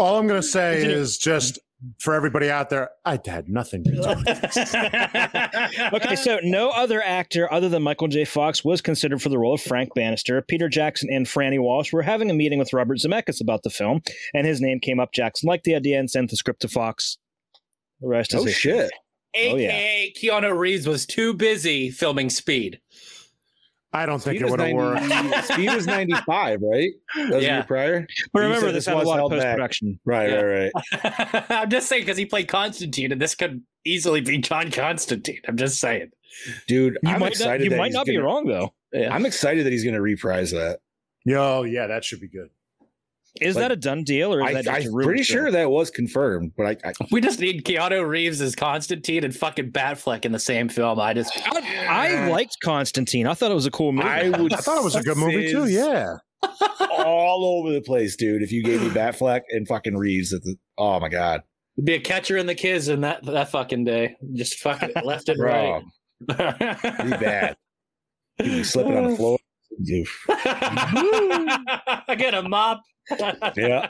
F: All I'm gonna say is just for everybody out there, I had nothing to do. with it.
G: okay, so no other actor other than Michael J. Fox was considered for the role of Frank Bannister. Peter Jackson and Franny Walsh were having a meeting with Robert Zemeckis about the film, and his name came up. Jackson liked the idea and sent the script to Fox. The rest is
D: Oh,
G: history.
E: shit.
G: Oh, yeah.
D: AKA Keanu Reeves was too busy filming Speed.
F: I don't
E: Speed was 90 Speed was 95, right? That was a
D: Yeah.
E: year prior.
G: But
E: You
G: remember,
E: said
G: this had a
E: was
G: lot of
E: held back.
G: post-production.
E: Right,
D: Yeah.
E: right, right.
D: I'm just saying because he played Constantine, and this could easily be John Constantine. I'm just saying.
E: Dude,
D: You might
E: I'm
D: not-
E: excited.
D: you
E: that
D: might
E: he's
D: not be
E: gonna-
D: wrong, though. Yeah.
E: I'm excited that he's going to reprise that.
F: Yo, yeah, that should be good.
G: Is
E: Like,
G: that a done deal, or is
E: I,
G: that just a
E: am
G: rumor
E: pretty
G: still?
E: sure that was confirmed, but I, I
D: We just need Keanu Reeves as Constantine and fucking Batfleck in the same film. I just
G: I liked Constantine. I thought it was a cool movie.
E: I would.
F: too, yeah.
E: all over the place, dude. If you gave me Batfleck and fucking Reeves, at the, oh my god,
D: be a catcher in the kids in that that fucking day. Just fucking left and right.
E: be bad. You'd be slipping on the floor. Oof.
D: I got a mop.
E: Yeah.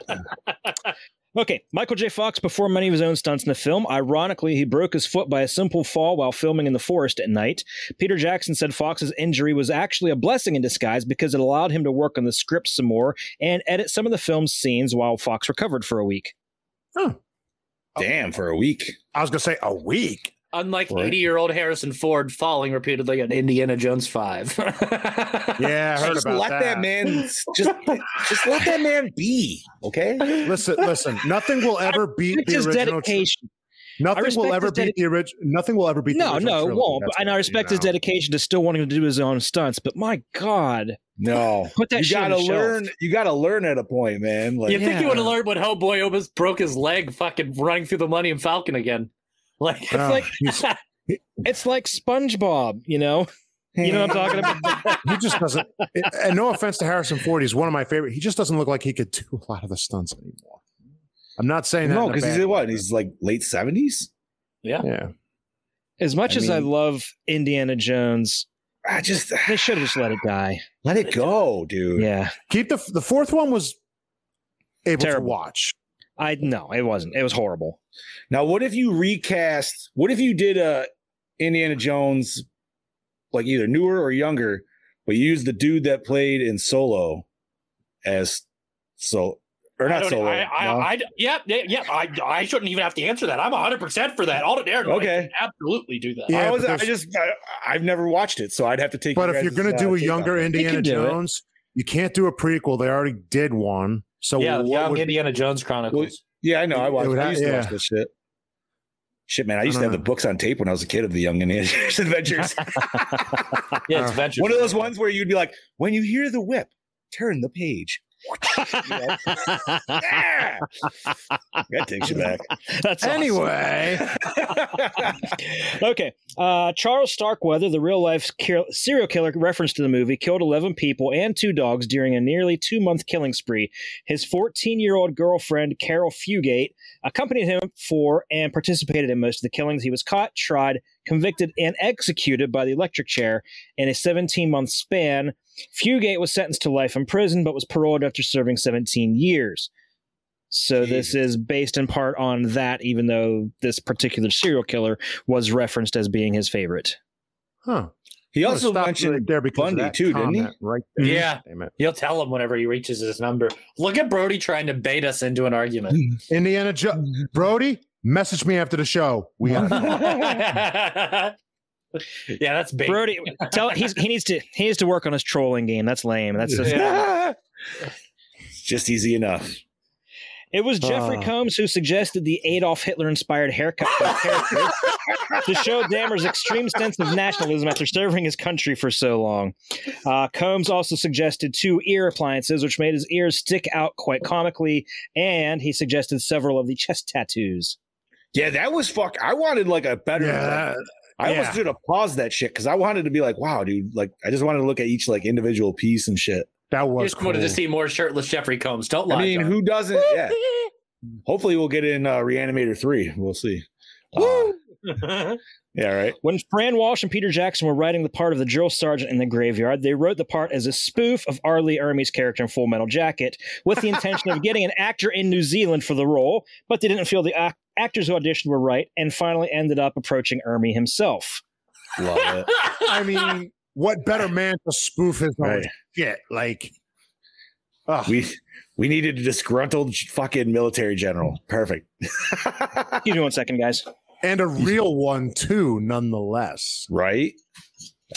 G: Okay, Michael J. Fox performed many of his own stunts in the film. Ironically, he broke his foot by a simple fall while filming in the forest at night. Peter Jackson said Fox's injury was actually a blessing in disguise because it allowed him to work on the script some more and edit some of the film's scenes while Fox recovered for a week.
E: Damn, for a week.
F: I was gonna say a week.
D: Unlike
E: Right.
D: eighty-year-old Harrison Ford falling repeatedly on Indiana Jones Five.
F: Yeah, I heard
E: just
F: about
E: let that,
F: that
E: man. Just, just let that man be. Okay.
F: Listen, listen. Nothing will ever beat
G: respect
F: the
G: his
F: original. tri-
G: dedication. I
F: Nothing
G: respect
F: will ever
G: his
F: beat the original. Nothing will ever beat.
G: No,
F: the original
G: no, it
F: trilogy.
G: won't.
F: That's
G: And I
F: what
G: respect his
F: know.
G: dedication to still wanting to do his own stunts, but my God.
E: No,
G: Put that
E: you
G: shit on
E: gotta
G: the shelf.
E: learn. You gotta learn at a point, man. Like
D: you think you would have learned when Hellboy almost broke his leg fucking running through the Millennium Falcon again? Like, it's
F: Oh,
D: like
F: he's-
G: It's like SpongeBob, you know? You know what I'm talking about?
F: he just doesn't. eh, And no offense to Harrison Ford, he's one of my favorite. He just doesn't look like he could do a lot of the stunts anymore. I'm not saying that.
E: no,
F: in a
E: because he's
F: bad
E: in what? He's like late seventies.
D: yeah.
F: Yeah.
G: As much
E: I
G: as I
E: mean-
G: love Indiana Jones,
E: I just
G: they should have just let it die.
E: let it go, dude.
G: Yeah.
F: Keep the the fourth one was able
G: Terrible.
F: to watch.
G: I no, it wasn't. It was horrible.
E: Now, what if you recast? What if you did a Indiana Jones, like either newer or younger, But you use the dude that played in Solo as so
K: I
E: or not
K: don't- e,
E: Solo.
K: I, I,
E: no?
K: I, yep, yep. I, I shouldn't even have to answer that. I'm 100 percent for that. Alden Ehrenreich
E: Okay.
K: okay. absolutely do that.
E: I was I just I, I've never watched it, so I'd have to take.
F: But
E: you
F: if you're
E: guys'
F: going to
E: uh,
F: do a
E: take on
F: younger
E: it.
F: Indiana Jones, you can't do a prequel. They already did one. So
D: yeah,
F: what
D: Young
F: would-
D: Indiana Jones Chronicles.
E: Yeah, I know. I watched.
F: would
E: I
F: ha-
E: used to
F: yeah.
E: watch this shit. Shit, man! I used to
F: don't
E: have the books on tape when I was a kid of the Young and the Adventurous Adventures.
D: yeah, it's adventure.
E: One of those ones where you'd be like, when you hear the whip, turn the page. Yeah. that takes you back.
G: That's awesome.
F: Anyway.
G: okay. Uh, Charles Starkweather, the real life kill- serial killer referenced in the movie, killed 11 people and two dogs during a nearly two month killing spree. His 14 year old girlfriend, Carol Fugate, accompanied him for and participated in most of the killings. He was caught, tried, convicted, and executed by the electric chair in a 17 month span. Fugate was sentenced to life in prison, but was paroled after serving 17 years. So this is based in part on that, even though this particular serial killer was referenced as being his favorite.
F: Huh.
E: He
F: I'm gonna
E: also
F: stop
E: mentioned
F: right there because of
E: Bundy,
F: that
E: too, didn't he?
F: comment Right there.
D: Yeah,
F: Damn it.
D: you'll tell him whenever he reaches his number. Look at Brody trying to bait us into an argument.
F: Indiana Jones. Brody, message me after the show. We got
D: yeah, that's bait.
G: Brody, tell he's, he needs to he needs to work on his trolling game. That's lame. That's just,
E: Yeah. It's just easy enough.
G: it was Jeffrey
E: Ah.
G: Combs who suggested the Adolf Hitler inspired haircut for the character to show Dahmer's extreme sense of nationalism after serving his country for so long. Uh, Combs also suggested two ear appliances, which made his ears stick out quite comically, and he suggested several of the chest tattoos.
E: Yeah, that was fuck. I wanted like a better.
F: Yeah,
E: I almost
F: yeah.
E: did a pause that shit because I wanted to be like, wow, dude. Like, I just wanted to look at each like individual piece and shit.
F: That
D: You
F: was
D: just wanted to see more shirtless Jeffrey Combs. Don't lie.
E: I mean,
D: John.
E: who doesn't? Yeah. Hopefully, we'll get in uh, Reanimator three. We'll see. Uh, yeah, right.
G: When Fran Walsh and Peter Jackson were writing the part of the drill sergeant in the graveyard, they wrote the part as a spoof of Arlie Ermey's character in Full Metal Jacket with the intention of getting an actor in New Zealand for the role, but they didn't feel the ac- actors who auditioned were right and finally ended up approaching Ermey himself.
E: Love it.
F: I mean, what better man to spoof his own
E: Right.
F: shit? Like,
E: We we needed a disgruntled fucking military general. Perfect.
G: Give me one second, guys.
F: and a real one too, nonetheless.
E: Right.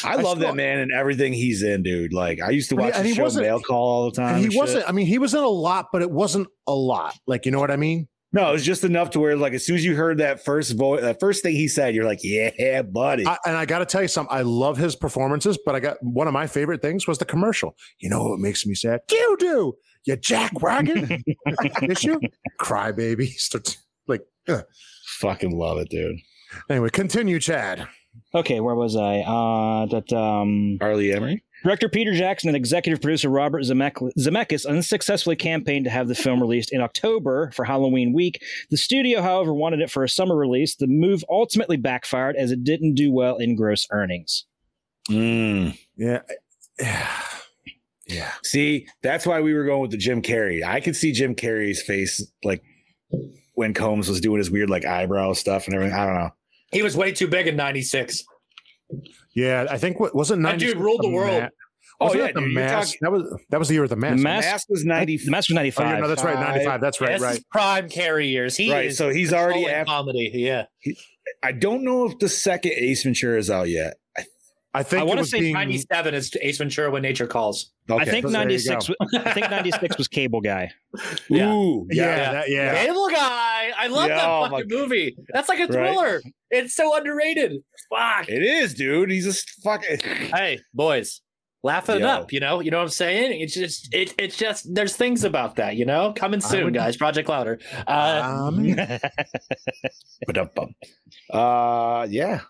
E: I,
F: I
E: love
F: still-
E: that man and everything he's in, dude. Like I used to
F: And he-
E: watch
F: and
E: his
F: he
E: show
F: wasn't-
E: Mail Call all the time.
F: And
E: and
F: he
E: shit.
F: wasn't. I mean, he was in a lot, but it wasn't a lot. Like, you know what I mean?
E: No, it was just enough to where, like, as soon as you heard that first voice, that first thing he said, you're like, "Yeah, buddy."
F: I, and I got to tell you something. I love his performances, but I got one of my favorite things was the commercial. You know what makes me sad? You do. You jackwagon. Miss you? Crybaby. Starts like. ugh.
E: Fucking love it, dude.
F: Anyway, continue, Chad.
G: Okay, where was I? Uh, that um,
E: Arlie Emery.
G: Director Peter Jackson and executive producer Robert Zemeck- Zemeckis unsuccessfully campaigned to have the film released in October for Halloween week. The studio, however, wanted it for a summer release. The move ultimately backfired as it didn't do well in gross earnings.
E: Mm.
F: Yeah. Yeah.
E: See, that's why we were going with the Jim Carrey. I could see Jim Carrey's face, like when Combs was doing his weird, like eyebrow stuff and everything. I don't know.
D: He was way too big in '96.
F: Yeah. I think what wasn't
D: That
F: 90
D: dude ruled the world.
E: Oh,
F: Oh,
E: yeah,
F: yeah. The
E: dude, you're
F: mask.
E: talking-
F: That was that was the year of the mask.
G: Mask-
E: Mask was ninety.
G: The Mask was
F: Oh, yeah,
G: 95.
F: no, that's right. 95. That's right.
D: This
F: Right.
D: is prime Carrey years. He
E: Right,
D: is
E: so he's already
D: controlling
E: at-
D: comedy. Yeah,
E: I don't know if the second Ace Ventura is out yet. I,
F: I think
G: I
F: it
G: wanna
F: was
G: say
F: being-
D: '97 is Ace Ventura when nature calls.
E: okay.
G: I think
F: so there you
G: 96
F: go.
G: was- I think 96 was Cable Guy.
D: Yeah.
E: Ooh,
F: Yeah.
E: yeah.
F: Yeah. That, yeah.
D: Cable Guy. I love
E: Yeah,
D: that
E: oh my
D: fucking movie. That's like a
E: Right.
D: thriller. It's so underrated. Fuck.
E: It is, dude. He's just fucking.
D: hey, boys, laugh it
E: Yo.
D: up. You know, you know what I'm saying. It's just, it, it's just. There's things about that. You know, coming soon,
F: would-
D: guys. Project Louder. Uh,
F: Um,
E: Ba-dum-bum. Uh, yeah.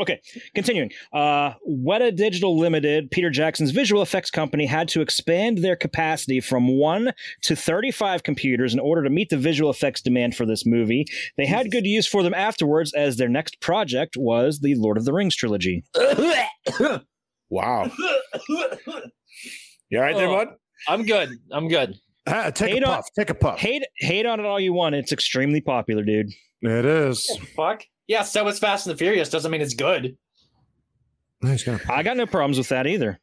G: Okay, continuing. Uh, Weta Digital Limited, Peter Jackson's visual effects company, had to expand their capacity from one to 35 computers in order to meet the visual effects demand for this movie. They had good use for them afterwards, as their next project was the Lord of the Rings trilogy.
E: Wow. You all right there,
D: Oh.
E: bud?
D: I'm good. I'm good.
F: ah, take
G: Hate
F: a
G: on-
F: puff. Take a puff.
G: Hate, hate on it all you want. It's extremely popular, dude.
F: It is.
D: Fuck. Yeah. So it's Fast and the Furious. Doesn't mean it's good.
F: Nice guy.
G: I got no problems with that either.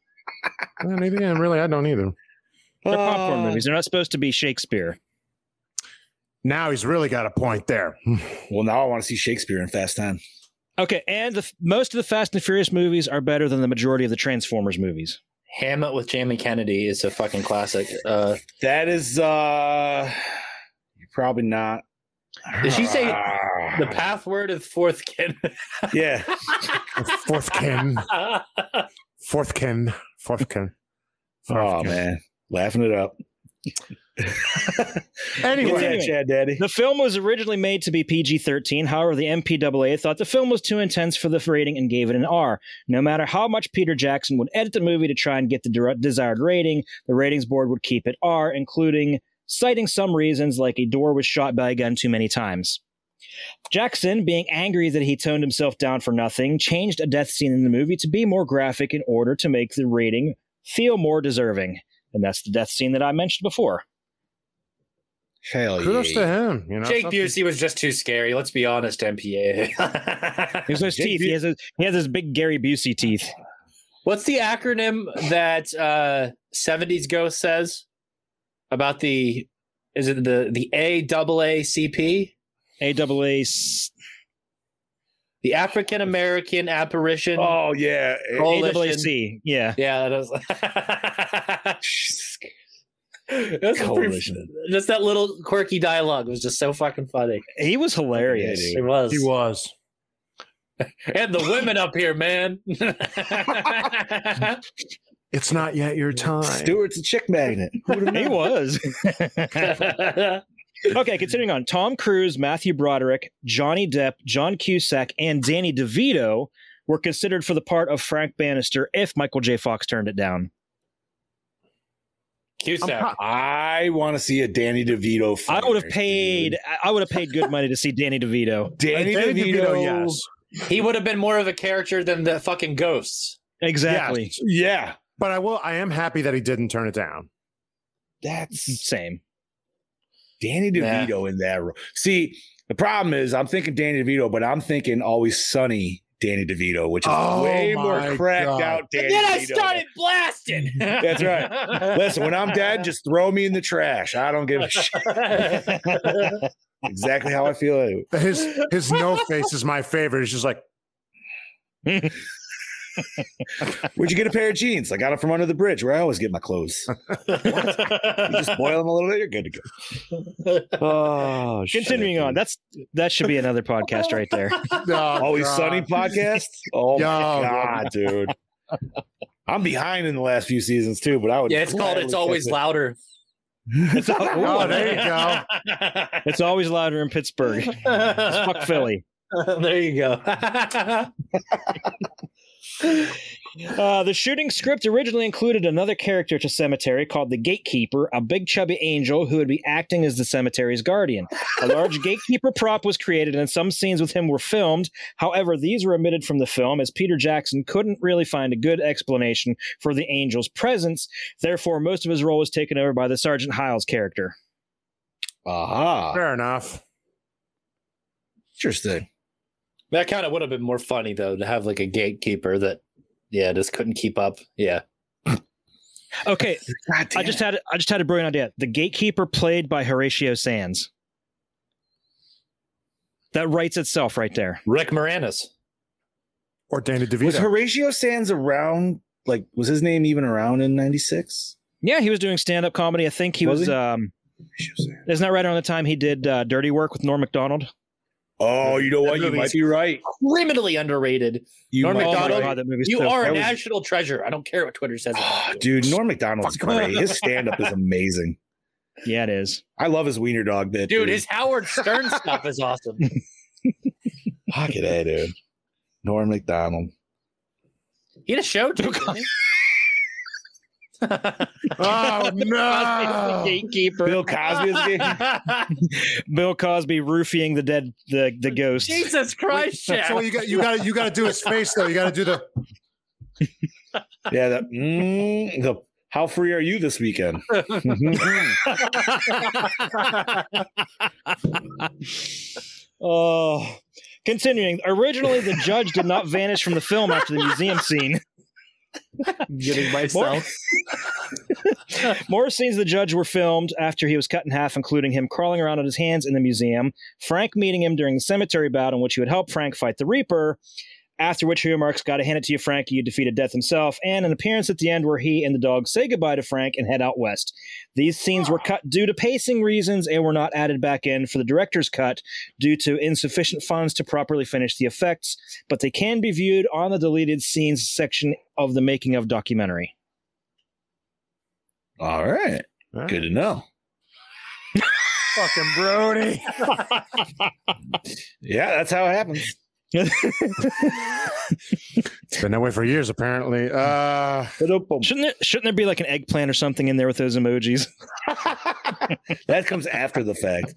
F: Yeah, maybe yeah, really I don't either.
G: They're
F: Uh,
G: popcorn movies. They're not supposed to be Shakespeare.
F: Now he's really got a point there.
E: well, now I want to see Shakespeare in Fast 10.
G: Okay, and the, most of the Fast and the Furious movies are better than the majority of the Transformers movies.
D: Hammett with Jamie Kennedy is a fucking classic. Uh,
E: that is uh probably not. Ah,
D: Did she say the password is fourth kin?
E: Yeah.
F: Fourth kin. Fourth kin. Fourth kin.
E: Oh man, laughing it up.
F: Anyway,
E: Anyway, Chad Daddy.
G: The film was originally made to be PG 13. However, the MPAA thought the film was too intense for the rating and gave it an R. No matter how much Peter Jackson would edit the movie to try and get the dire- desired rating, the ratings board would keep it R, including citing some reasons like a door was shot by a gun too many times. Jackson, being angry that he toned himself down for nothing, changed a death scene in the movie to be more graphic in order to make the rating feel more deserving. And that's the death scene that I mentioned before.
E: Hell
F: Kudos to him. You know,
D: Jake
F: something-
D: Busey was just too scary. Let's be honest, MPA.
G: There's those teeth. He has, those, he has those big Gary Busey teeth.
D: What's the acronym that uh, 70s Ghost says about the? Is it the the A double A C P?
G: A double A. s-
D: The African American apparition.
E: Oh yeah,
D: Coalition.
G: AAC. Yeah.
D: Yeah, that was. That's, a pretty,
E: Coalition.
D: just that little quirky dialogue was just so fucking funny.
G: He was hilarious.
D: It was.
F: he was.
D: And the women up here, man.
F: It's not yet your time.
E: Stewart's a chick magnet.
G: he was. okay, continuing on. Tom Cruise, Matthew Broderick, Johnny Depp, John Cusack, and Danny DeVito were considered for the part of Frank Bannister if Michael J. Fox turned it down.
D: Cusack.
E: I want to see a Danny DeVito.
G: I
E: fight,
G: would have
E: dude.
G: paid. I- I would have paid good money to see Danny DeVito.
E: Danny,
F: Danny
E: DeVito.
F: DeVito, yes.
D: He would have been more of a character than the fucking ghosts.
G: Exactly.
F: Yes.
E: Yeah,
F: But I will. I am happy that he didn't turn it down.
E: that's
G: Same.
E: Danny
D: Nah.
E: DeVito in that role. See, the problem is I'm thinking Danny DeVito, but I'm thinking Always Sunny Danny DeVito, which is
F: Oh
E: way
F: my
E: more cracked
F: God.
E: out. Danny
D: And then I
E: DeVito.
D: started blasting.
E: That's right. Listen, when I'm dead, just throw me in the trash. I don't give a shit. Exactly how I feel.
F: His his no face is my favorite. He's just like
E: Where'd you get a pair of jeans? I got them from under the bridge, where I always get my clothes. You just boil them a little bit. You're good to go. Oh,
G: Continuing on. That's that should be another podcast right there.
F: oh,
E: Always
F: God.
E: Sunny podcast. Oh my
F: Yo.
E: god, dude! I'm behind in the last few seasons too, but I would.
D: yeah, it's called
E: gladly
D: It's Always
E: catch
D: Louder.
G: It's, al-
F: Oh, there you go.
G: it's always louder in Pittsburgh. Fuck Philly.
D: there you go.
G: Uh, the shooting script originally included another character to Cemetery called the Gatekeeper, a big chubby angel who would be acting as the cemetery's guardian. A large gatekeeper prop was created, and some scenes with him were filmed. However, these were omitted from the film as Peter Jackson couldn't really find a good explanation for the angel's presence. Therefore, most of his role was taken over by the Sergeant Hiles character.
E: it. Aha!
F: Fair enough.
E: Interesting.
D: that kind of would have been more funny though to have like a gatekeeper that, yeah, just couldn't keep up. Yeah.
G: Okay, I just had I just had a brilliant idea. The gatekeeper played by Horatio Sands. That writes itself right there.
D: Rick Moranis.
F: Or Danny
E: Was
F: DeVito.
E: Horatio Sands around? Like, was his name even around in '96?
G: Yeah, he was doing stand up comedy. I think he was.
E: Was he?
G: um Isn't that right around the time he did uh, Dirty Work with Norm Macdonald?
E: Oh, you know what? You might be right.
D: Criminally underrated.
E: You
D: Norm
E: might be
D: Macdonald,
E: right.
G: Oh that movie's
D: You
G: so-
D: are a
E: that was-
D: national treasure. I don't care what Twitter says.
E: Ah,
D: About you.
E: dude, Norm Macdonald's great. His stand-up is amazing.
G: Yeah, it is.
E: I love his wiener dog bit.
D: Dude, his Howard Stern stuff is awesome.
E: Fuck it, eh, dude. Norm Macdonald.
D: He had a show too. didn't he?
F: oh no!
E: Ah.
G: gatekeeper.
E: Bill Cosby is gay.
G: Bill Cosby roofying the dead the the ghost.
D: Jesus Christ,
F: That's all
D: Chad.
F: you got. You got. You got to do his face though. You got to do the.
E: Yeah, the, mm, the how free are you this weekend?
G: Mm-hmm. Oh. Continuing, originally the judge did not vanish from the film after the museum scene.
D: getting myself.
G: More scenes of the judge were filmed after he was cut in half, including him crawling around on his hands in the museum, Frank meeting him during the cemetery bout in which he would help Frank fight the Reaper, after which he remarks, Gotta hand it to you, Frank, you defeated death himself, and an appearance at the end where he and the dog say goodbye to Frank and head out west. These scenes were cut due to pacing reasons and were not added back in for the director's cut due to insufficient funds to properly finish the effects, but they can be viewed on the deleted scenes section of the making of documentary.
L: All right. Good to know.
F: Fucking Brody.
E: yeah, that's how it happens.
F: it's been that way for years, apparently. Uh,
G: shouldn't there, shouldn't there be like an eggplant or something in there with those emojis?
E: that comes after the fact.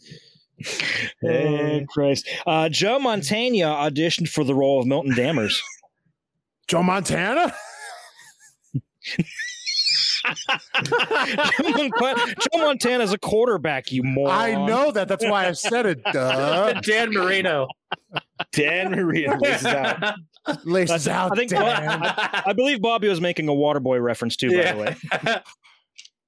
G: Oh, Christ. Uh, Joe Montana auditioned for the role of Milton Dammers.
F: Joe Montana?
G: Joe, Montana Joe Montana's a quarterback, you moron.
F: I know that. That's why I said it. Duh.
D: Dan Marino.
E: Dan Marino laces out.
F: Laces out.
G: I think
F: Dan.
G: I, I believe Bobby was making a Waterboy reference too, by
D: Yeah.
G: the way.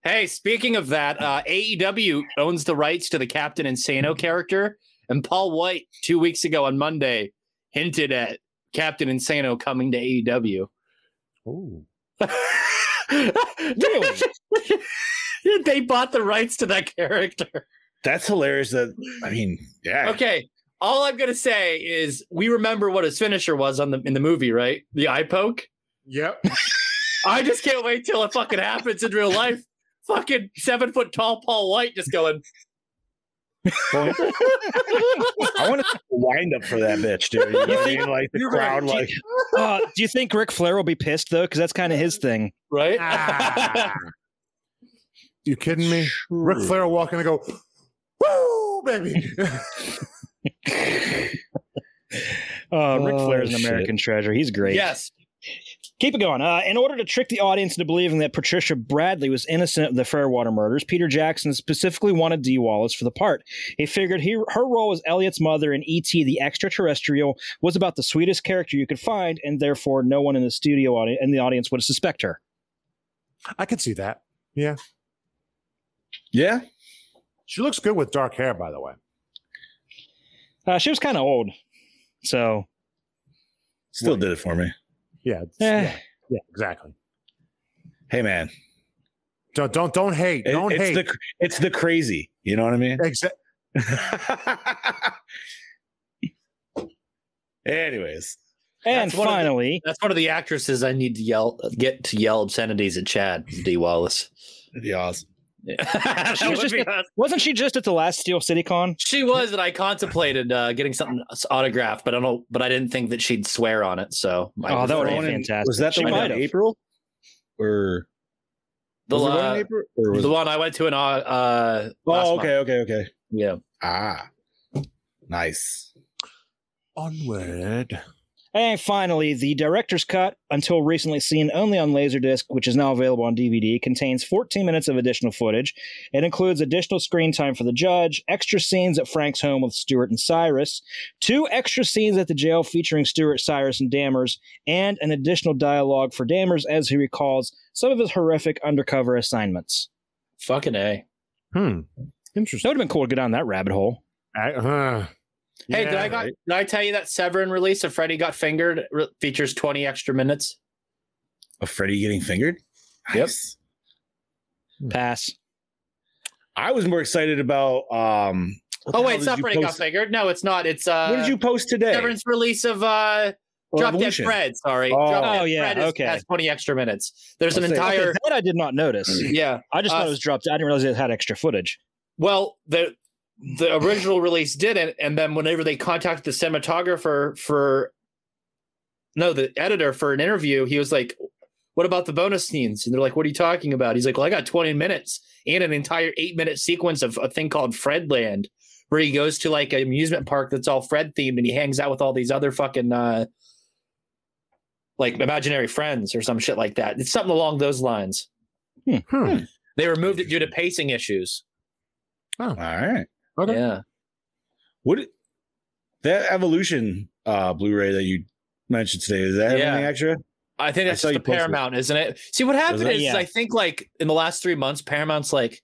D: Hey, speaking of that, uh, AEW owns the rights to the Captain Insano character, and Paul White two weeks ago on Monday hinted at Captain Insano coming to E AEW.
F: Ooh.
D: really? they bought the rights to that character.
E: That's hilarious. That I mean, yeah.
D: Okay. All I'm gonna say is we remember what his finisher was on the in the movie, right? The eye poke.
F: Yep.
D: I just can't wait till it fucking happens in real life. Fucking seven foot tall Paul White just going.
E: I want to wind up for that bitch, dude. You know what I mean? Like the crowd, like
G: Uh, do you think Ric Flair will be pissed though? Because that's kind of his thing,
D: right?
E: Ah.
F: You kidding me? Ric Flair walking and go, woo, baby.
G: Uh, Ric
F: Oh,
G: Flair is an
F: shit.
G: American treasure. He's great.
D: Yes.
G: Keep it going. Uh, in order to trick the audience into believing that Patricia Bradley was innocent of the Fairwater murders, Peter Jackson specifically wanted Dee Wallace for the part. He figured he, her role as Elliot's mother in E.T. the Extraterrestrial was about the sweetest character you could find, and therefore no one in the studio audi- and the audience would suspect her.
F: I could see that. Yeah.
E: Yeah.
F: She looks good with dark hair, by the way.
G: Uh, she was kind of old, so
E: still did it for me.
F: Yeah. it's-
G: Eh.
F: yeah. Yeah, exactly.
E: Hey, man.
F: Don't don't don't hate.
E: It-
F: Don't
E: it's
F: hate.
E: The, it's the crazy. You know what I mean?
F: Exactly.
E: Anyways.
G: And
D: That's one of the-
G: finally,
D: that's one of the actresses I need to yell, get to yell obscenities at Chad D. Wallace.
E: That'd be awesome.
G: she was
D: would
G: just
D: be
G: at-
D: awesome.
G: wasn't she just at the last Steel City Con?
D: She was, and I contemplated uh, getting something autographed, but I don't. But I didn't think that she'd swear on it. So, I
G: Oh,
D: was
G: that would be
D: afraid.
G: fantastic.
E: Was that the
G: She
E: one
G: might
E: in
G: have.
E: April? Or
D: The,
E: was it
D: uh,
E: one in April? Or was
D: the
E: it-
D: one I went to in uh, uh last
E: Oh,
D: month.
E: okay, okay, okay.
D: Yeah.
E: Ah. Nice.
F: Onward.
G: And finally, the director's cut, until recently seen only on Laserdisc, which is now available on DVD, contains 14 minutes of additional footage. It includes additional screen time for the judge, extra scenes at Frank's home with Stewart and Cyrus, two extra scenes at the jail featuring Stewart, Cyrus, and Dammers, and an additional dialogue for Dammers as he recalls some of his horrific undercover assignments.
D: Fucking a.
F: Hmm.
G: That
F: Interesting.
G: would have been cool to get down that rabbit hole.
F: I, huh.
D: Hey,
F: Yeah,
D: did I got?
F: right.
D: Did I tell you that Severin release of Freddy Got Fingered re- features twenty extra minutes?
E: Of Freddy getting fingered? Yes. Hmm.
G: Pass.
E: I was more excited about um what the
D: oh
E: hell
D: wait,
E: did
D: it's not
E: you
D: Freddy Got
E: post-
D: Fingered. No, it's not. It's uh.
E: What did you post today?
D: Severin's release of uh
E: Or
D: Drop
E: Evolution?
D: Dead Fred. Sorry,
E: Oh.
D: Drop Dead
G: Oh, yeah,
D: Fred is-
G: okay.
D: has twenty extra minutes. There's an
E: I'll say- okay,
D: entire
G: Okay, that I did not notice.
D: yeah.
G: I just thought
D: Uh,
G: it was dropped. I didn't realize it had extra footage.
D: Well, the the original release didn't, and then whenever they contacted the cinematographer for no, the editor for an interview, he was like, "What about the bonus scenes?" And they're like, "What are you talking about?" He's like, "Well, I got 20 minutes and an entire eight minute sequence of a thing called Fredland, where he goes to like an amusement park that's all Fred themed, and he hangs out with all these other fucking uh, like imaginary friends or some shit like that. It's something along those lines."
F: Hmm.
D: They removed it due to pacing issues.
F: Oh,
E: All right.
F: okay.
D: Yeah.
E: What that evolution uh Blu-ray that you mentioned today, is that have
D: Yeah.
E: anything extra?
D: I think that's
E: saw you
D: just the
E: posted it.
D: Paramount, isn't it? See, what happened
E: it?
D: is
E: Yeah.
D: I think like in the last three months, Paramount's like,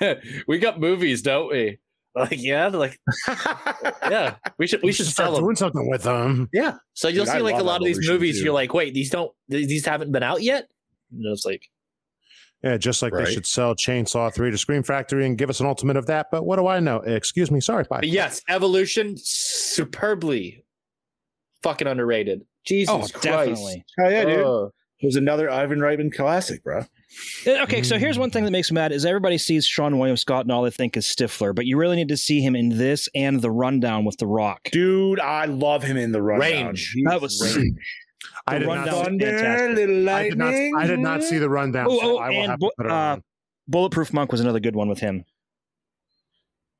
D: we got movies, don't we? Like, yeah, they're like, yeah, we should we should
F: start
D: sell them.
F: doing something with them.
D: Yeah. So you'll
F: Dude,
D: see
F: I
D: like a
F: love
D: lot of these
F: Evolution,
D: movies,
F: too.
D: you're like, wait, these don't th- these haven't been out yet. And it's like,
F: Yeah, just like
D: Right.
F: they should sell Chainsaw 3 to Scream Factory and give us an ultimate of that. But what do I know? Excuse me. Sorry. Bye.
D: but yes, Evolution superbly fucking underrated. Jesus
F: Oh,
D: Christ.
G: definitely.
E: Hell yeah,
G: Oh.
E: dude.
D: Uh,
E: it was another Ivan Reitman classic, bro.
G: Uh, Okay, so here's one thing that makes me mad is everybody sees Sean William Scott and all they think is Stifler, but you really need to see him in this and the rundown with The Rock.
E: Dude, I love him in the rundown.
D: Range.
G: That was sick.
F: I did, not
G: rundown.
F: see,
G: Fantastic.
F: I, did not, I did not see the rundown.
G: Oh,
F: so
G: oh,
F: I will
G: and
F: have
G: bu-
F: to put it
G: uh,
F: on.
G: Bulletproof Monk was another good one with him.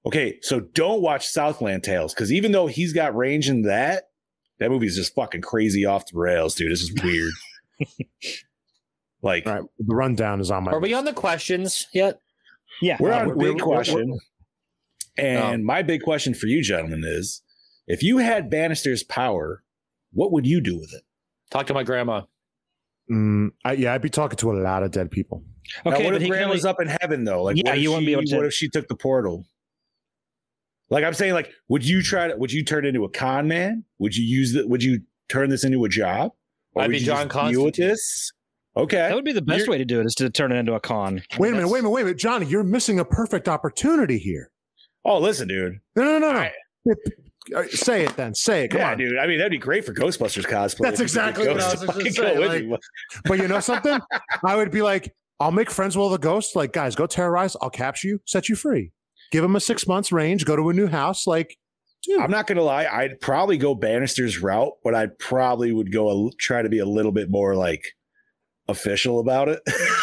E: Okay, so don't watch Southland Tales because even though he's got range in that, that movie's just fucking crazy off the rails, dude. This is weird. like,
F: All right, the rundown is on my.
D: are we on the questions yet?
G: Yeah,
E: we're
F: uh,
E: on a
F: we're-
E: big
F: we're-
E: question.
F: we're-
E: and
D: Um,
E: my big question for you, gentlemen, is if you had Bannister's power, what would you do with it?
D: Talk to my grandma.
F: Mm, I, yeah, I'd be talking to a lot of dead people.
E: Now,
G: Okay,
E: what
G: but
E: if
G: he can
E: Grandma's
G: only-
E: up in heaven though? Like,
G: Yeah,
E: what if
G: you wouldn't
E: she-
G: be able to-
E: What if she took the portal? Like I'm saying, like, would you try to? Would you turn into a con man? Would you use the? Would you turn this into a job?
D: I'd
E: would
D: be
E: you
D: John
E: just deal with
D: Constantine.
E: this? Okay,
G: That would be the best way to do it is to turn it into a con.
F: Wait a minute. Wait a minute. Wait a minute. Johnny, you're missing a perfect opportunity here.
E: Oh, listen, dude.
F: No, no, no, no. Uh, Say it then. Say it. Come
E: yeah,
F: on.
E: dude. I mean, that'd be great for Ghostbusters cosplay.
F: That's
E: if you could
F: exactly
E: get
F: what I
E: ghosts
F: was
E: to
F: just gonna
E: fucking
F: say,
E: go
F: like-
E: with
F: But you know something? I would be like, I'll make friends with all the ghosts. Like, guys, go terrorize. I'll capture you, set you free. Give them a six months range. Go to a new house. Like,
E: you. I'm not gonna lie. I'd probably go Bannister's route, but I probably would go a, try to be a little bit more like official about it.
F: yeah,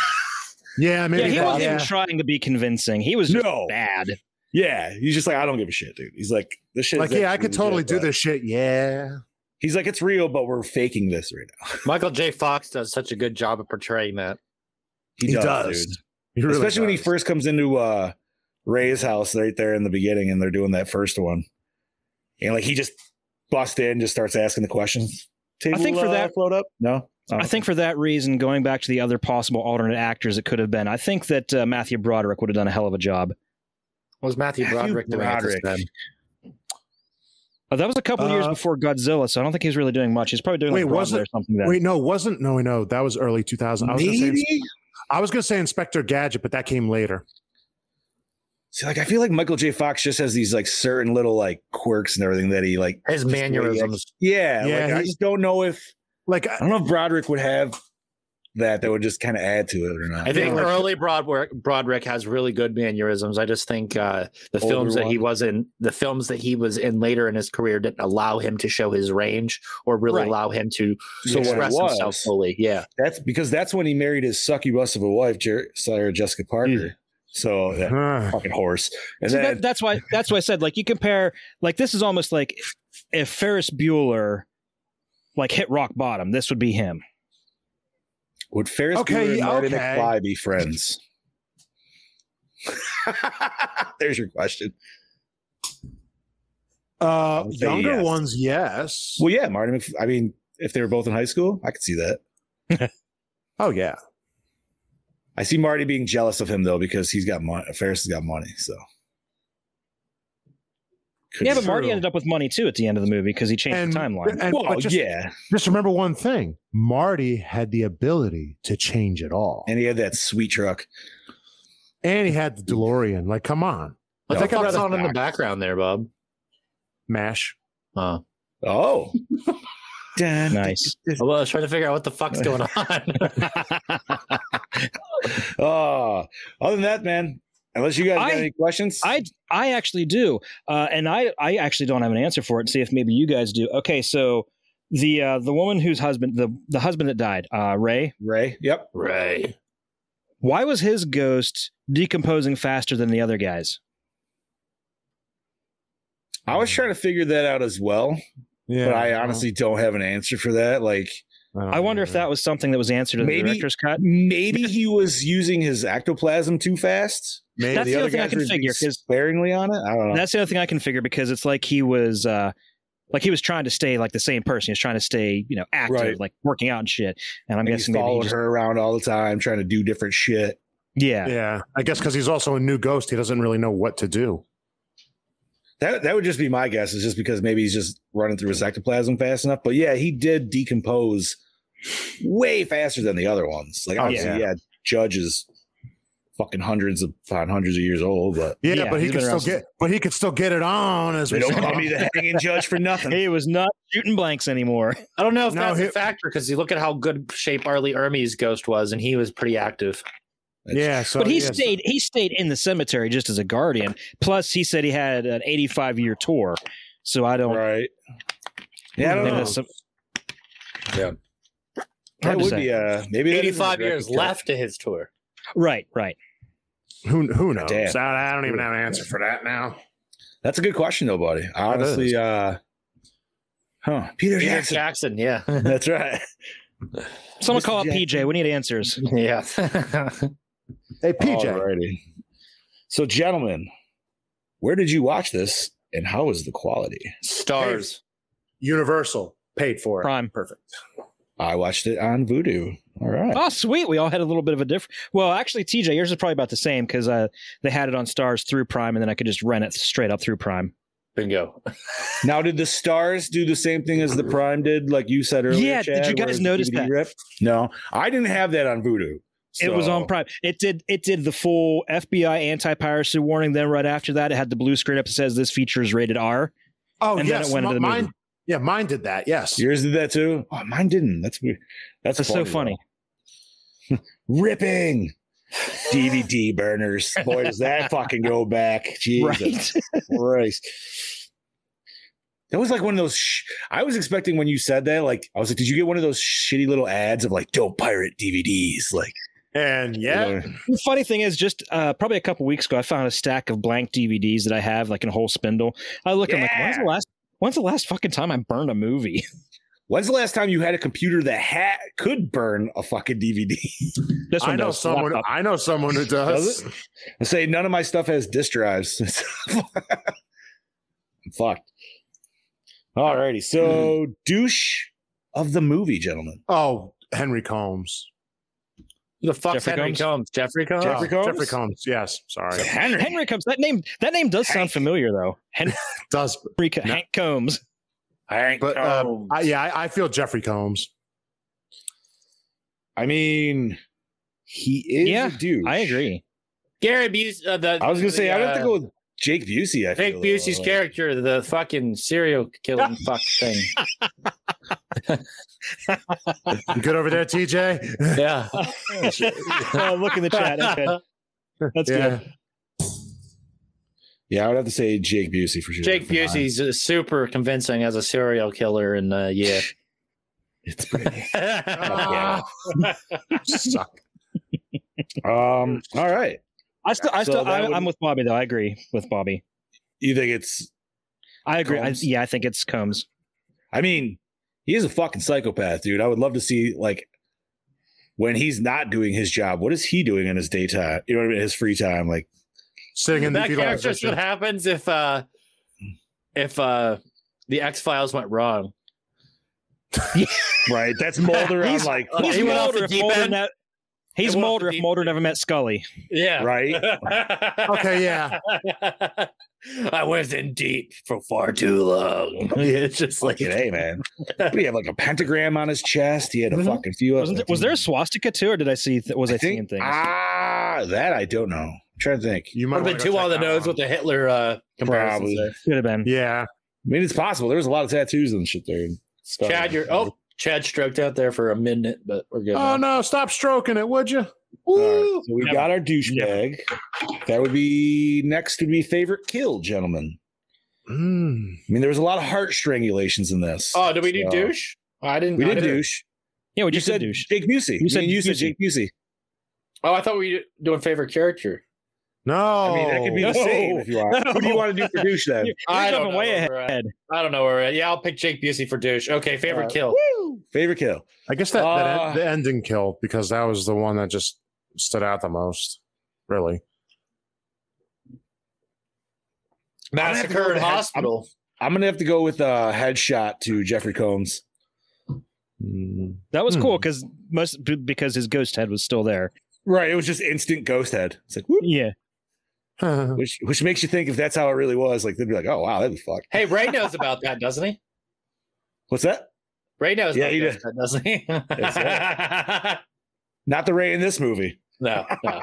G: Yeah,
F: maybe.
G: he
F: that-
G: wasn't even
F: yeah.
G: trying to be convincing. He was just
E: No.
G: bad.
E: Yeah, he's just like, I don't give a shit, dude. He's like, this shit.
F: Like,
E: is
F: yeah, I
E: actually
F: could totally
E: legit,
F: do
E: but-
F: this shit. Yeah.
E: He's like, it's real, but we're faking this right now.
D: Michael J. Fox does such a good job of portraying that.
E: He,
F: He
E: does,
F: does.
E: dude.
F: He really
E: Especially when he
F: does.
E: first comes into uh Ray's house right there in the beginning, and they're doing that first one, and like he just busts in, just starts asking the questions.
G: I think for
E: uh,
G: that
E: float up. No,
G: I think for that reason, going back to the other possible alternate actors it could have been, I think that uh, Matthew Broderick would have done a hell of a job.
D: Was Matthew Broderick doing at this
E: Broderick.
D: time?
G: Uh, that was a couple years
F: Uh,
G: before Godzilla, so I don't think he was really doing much. He's probably doing
F: Wait,
G: like
F: was
G: Broadway
F: it?
G: or something. Then.
F: Wait, no, wasn't. No, no, that was early 2000. I was gonna say
E: Maybe.
F: I was going to say Inspector Gadget, but that came later.
E: See, like I feel like Michael J. Fox just has these like certain little like quirks and everything that he like
D: His
E: just the way he
D: mannerisms.
E: acts- Yeah,
F: Yeah,
E: like, I
F: he-
E: just don't know if
F: Like,
E: I don't know if Broderick would have that. That would just kind of add to it or not.
D: I think
F: Yeah.
D: early Broadwick, Broderick has really good mannerisms. I just think uh, the
E: Older
D: films that he
E: one.
D: was in, the films that he was in later in his career, didn't allow him to show his range or really
G: Right.
D: allow him to
E: So what it
D: express himself
E: was-
D: fully. Yeah,
E: That's because that's when he married his succubus of a wife, Jer- Sarah Jessica Parker. So that
F: Ah.
E: fucking horse. And
G: So
E: then,
G: that, that's why that's why I said like you compare like this is almost like if Ferris Bueller like hit rock bottom, this would be him.
E: would Ferris
F: Okay,
E: Bueller and
F: yeah,
E: Marty
F: okay.
E: McFly be friends? There's your question.
F: Uh,
E: would say
F: younger
E: yes.
F: ones, yes.
E: Well, yeah, Marty. McFly, I mean, if they were both in high school, I could see that.
F: Oh, yeah.
E: I see Marty being jealous of him though because he's got money. Ferris has got money, so. Could
G: yeah,
E: be.
G: but Marty ended up with money too at the end of the movie because he changed
F: And-
G: the timeline.
F: and-
E: Well,
F: but just,
E: Oh, yeah,
F: just remember one thing Marty had the ability to change it all.
E: and he had that sweet truck.
F: And he had the DeLorean. Like, come on.
D: what the
E: No,
D: fuck's
E: that's
D: on in the
E: not-
D: background there, Bob?
F: MASH.
D: Uh,
E: Oh, Dun,
G: Nice.
D: well, I was trying to figure out what the fuck's going on.
E: Oh, other than that, man, unless you guys got
G: I-
E: any questions,
G: I I actually do, uh, and I I actually don't have an answer for it. see if maybe you guys do. Okay, so the uh, the woman whose husband the the husband that died, uh, Ray.
E: Ray. Yep.
D: Ray,
G: Why was his ghost decomposing faster than the other guys?
E: I was trying to figure that out as well,
F: Yeah.
E: but I honestly don't have an answer for that. Like
F: don't
G: I wonder if
F: remember.
G: that was something that was answered in the
E: Maybe-
G: director's cut.
E: maybe he was using his ectoplasm too fast. Maybe
G: That's the other thing
E: guys
G: I
E: Oh.
G: can
E: were
G: figure, 'cause-
E: sparingly on it. I don't know.
G: That's the other thing I can figure because it's like he was uh like he was trying to stay like the same person. He was trying to stay, you know, active,
E: Right.
G: like working out and shit. And I'm
E: And he
G: guessing maybe he
E: followed
G: just,
E: her around all the time, trying to do different shit.
G: Yeah.
F: Yeah. I guess because he's also a new ghost, he doesn't really know what to do.
E: That that would just be my guess. Is just because maybe he's just running through his ectoplasm fast enough. But yeah, he did decompose way faster than the other ones. Like
F: Oh,
E: obviously,
F: yeah.
E: yeah, Judge is fucking hundreds upon hundreds of years old. But
F: Yeah, but he can still get, but he could still get it on. As
E: They
F: we
E: don't
F: say.
E: call me the hanging judge for nothing.
G: He was not shooting blanks anymore.
D: I don't know if
F: No,
D: that's
F: he-
D: a factor because you look at how good shape Arlie Ermey's ghost was, and he was pretty active.
F: Yeah, so
E: Oh,
G: but he
F: yeah, so-
G: stayed. He stayed in the cemetery just as a guardian. Plus, he said he had an 85 year tour. So I don't.
E: Right. Yeah, I don't
G: Maybe
E: know.
G: that's some-
E: Yeah.
G: Hard
E: That
G: to
E: would
G: say.
E: be uh maybe that is a
D: 85
E: direct
D: years
E: cut.
D: left to his tour.
G: Right. Right.
F: Who who knows?
E: Damn.
F: I, I don't even have an answer for that now.
E: That's a good question though, buddy. Honestly, uh huh. Peter
D: Peter
E: Jackson.
D: Jackson, yeah.
E: That's right.
G: Someone call up PJ. We need answers.
D: yeah.
F: Hey PJ.
E: Alrighty. So gentlemen, where did you watch this and how was the quality?
D: Stars.
F: Universal paid for it.
G: Prime.
F: Perfect.
E: I watched it on Voodoo. All right.
G: Oh, sweet. We all had a little bit of a different. Well, actually, TJ, yours is probably about the same because uh, they had it on Stars through Prime, and then I could just rent it straight up through Prime.
D: Bingo.
E: Now, did the stars do the same thing as the Prime did, like you said earlier?
G: Yeah, did
E: Chad,
G: you guys
E: where it's
G: notice
E: DVD
G: that?
E: rip? No, I didn't have that on Voodoo.
G: It was on
E: so-
G: Prime. It did. It did the full FBI anti-piracy warning. Then right after that, it had the blue screen up that says this feature is rated R.
F: Oh
G: And then
F: yes,
G: it went
F: mi-
G: into the
F: mine.
G: movie.
F: Yeah, mine did that. Yes.
E: Yours did that too. Oh, mine didn't. That's weird. That's,
G: That's so funny.
E: though. Ripping DVD burners. Boy, does that fucking go back? Jesus Christ. That was like one of those. Sh- I was expecting when you said that, like I was like, did you get one of those shitty little ads of like, don't pirate DVDs? Like,
F: And yeah,
G: The funny thing is, just uh, probably a couple weeks ago, I found a stack of blank DVDs that I have, like in a whole spindle. I look, I'm like, when's the last? When's the last fucking time I burned a movie?
E: when's the last time you had a computer that ha- could burn a fucking DVD?
G: This
F: I
G: one
F: know
G: does.
F: someone.
G: Laptop.
F: I know someone who does.
E: Does I say none of my stuff has disk drives. I'm fucked. Alrighty, so douche of the movie, gentlemen.
F: Oh, Henry Combs.
D: Who the fuck's
G: Jeffrey
D: Henry
G: Combs?
D: Combs? Jeffrey Combs?
E: Jeffrey Combs?
F: Oh, Jeffrey Combs. Yes. Sorry.
E: Henry.
G: Henry Combs. That name. That name does sound familiar though. Henry
F: Does
G: Co- Hank Combs.
E: Hank
F: but uh, I, yeah, I, I feel Jeffrey Combs.
E: I mean, he is
G: Yeah,
E: a douche.
G: I agree.
D: Gary Busey. Uh, the,
E: I was gonna say
D: the,
E: I'd have to
D: uh,
E: go with Jake Busey. I
D: Nick
E: feel,
D: Busey's
E: though.
D: character, the fucking serial killing fuck thing.
F: You good over there, TJ?
D: Yeah. Oh,
G: Uh, look in Oh, the chat. That's good. That's
F: yeah.
G: good.
E: Yeah, I would have to say Jake Busey for sure.
D: Jake Busey's uh, super convincing as a serial killer, and uh, yeah.
E: It's pretty.
F: Ah, suck.
E: um. All right.
G: I still. I
E: So
G: still.
E: that
G: I,
E: would-
G: I'm with Bobby though. I agree with Bobby.
E: You think it's?
G: I agree. I,
E: Combs?
G: yeah, I think it's Combs.
E: I mean, he is a fucking psychopath, dude. I would love to see like when he's not doing his job. What is he doing in his daytime? You know what I mean? His free time, like
F: Sitting in the
D: that
F: fetal
D: character's what
F: position.
D: happens if uh if uh the X Files went wrong.
E: right. That's Mulder. I'm
G: He's-
E: like
D: Oh,
G: He's
D: he went off
G: Mulder
D: the
G: if
D: deep
G: Mulder
D: end.
G: ne- He's
D: went off
G: Mulder
D: the
G: if
D: deep
G: Mulder never met Scully.
D: Yeah.
E: right.
F: Okay, yeah.
D: I was in deep for far too long. eh? It's just like
E: Fucking hey, man. What do you have like a pentagram on his chest? He had a
G: Wasn't-
E: fucking few.
G: Wasn't there, was there a swastika too, or did I see? Th- was I,
E: I
G: seeing
E: think
G: things?
E: ah that I don't know. I'm trying to think.
F: You might
D: I've been
F: wanna go
D: too on the
F: check that
D: nose
F: one.
D: with the Hitler uh
E: Probably.
D: comparison.
G: Could have been.
F: Yeah.
E: I mean, it's possible. There's a lot of tattoos and shit there. Scott.
D: Chad, you're oh Chad stroked out there for a minute, but we're good.
F: Oh
D: now.
F: no! Stop stroking it, would you?
E: All right, so we got our douchebag. That would be next. Would be favorite kill, gentlemen.
F: Mm.
E: I mean, there was a lot of heart strangulations in this.
D: Oh, did we do
E: So-
D: douche? I didn't.
E: We
D: I
E: did
D: didn't-
E: douche.
G: Yeah, we
E: You
G: just
E: said
G: douche.
E: Jake Busey.
G: You
E: You
G: said
E: said you said
G: Busey.
E: Jake Busey.
D: Oh, I thought we were doing favorite character.
F: No.
E: I mean, that could be
F: No.
E: the same if you want. Who do you want to do for douche then?
G: You're
D: I don't
G: jumping
D: know
G: way
D: where we're at.
G: ahead.
D: I don't know where we're at. Yeah, I'll pick Jake Busey for douche. Okay, favorite
E: All right.
D: kill.
E: Woo! Favorite kill.
F: I guess that, that
E: Uh,
F: en- the ending kill because that was the one that just stood out the most. Really,
E: I'm gonna have to go
D: Massacre
E: with
D: in
E: Hen-
D: hospital.
E: I'm gonna have to go with uh, headshot to Jeffrey Combs.
G: That was cool because most b- because his ghost head was still there.
E: Right, it was just instant ghost head. It's like
G: yeah,
E: which which makes you think if that's how it really was, like they'd be like, oh wow, that'd be fucked.
D: Hey, Ray knows about that, doesn't he?
E: What's that?
D: Ray knows
E: Yeah,
D: about
E: he
D: that,
E: does.
D: doesn't he?
E: Not the Ray in this movie.
D: no, no.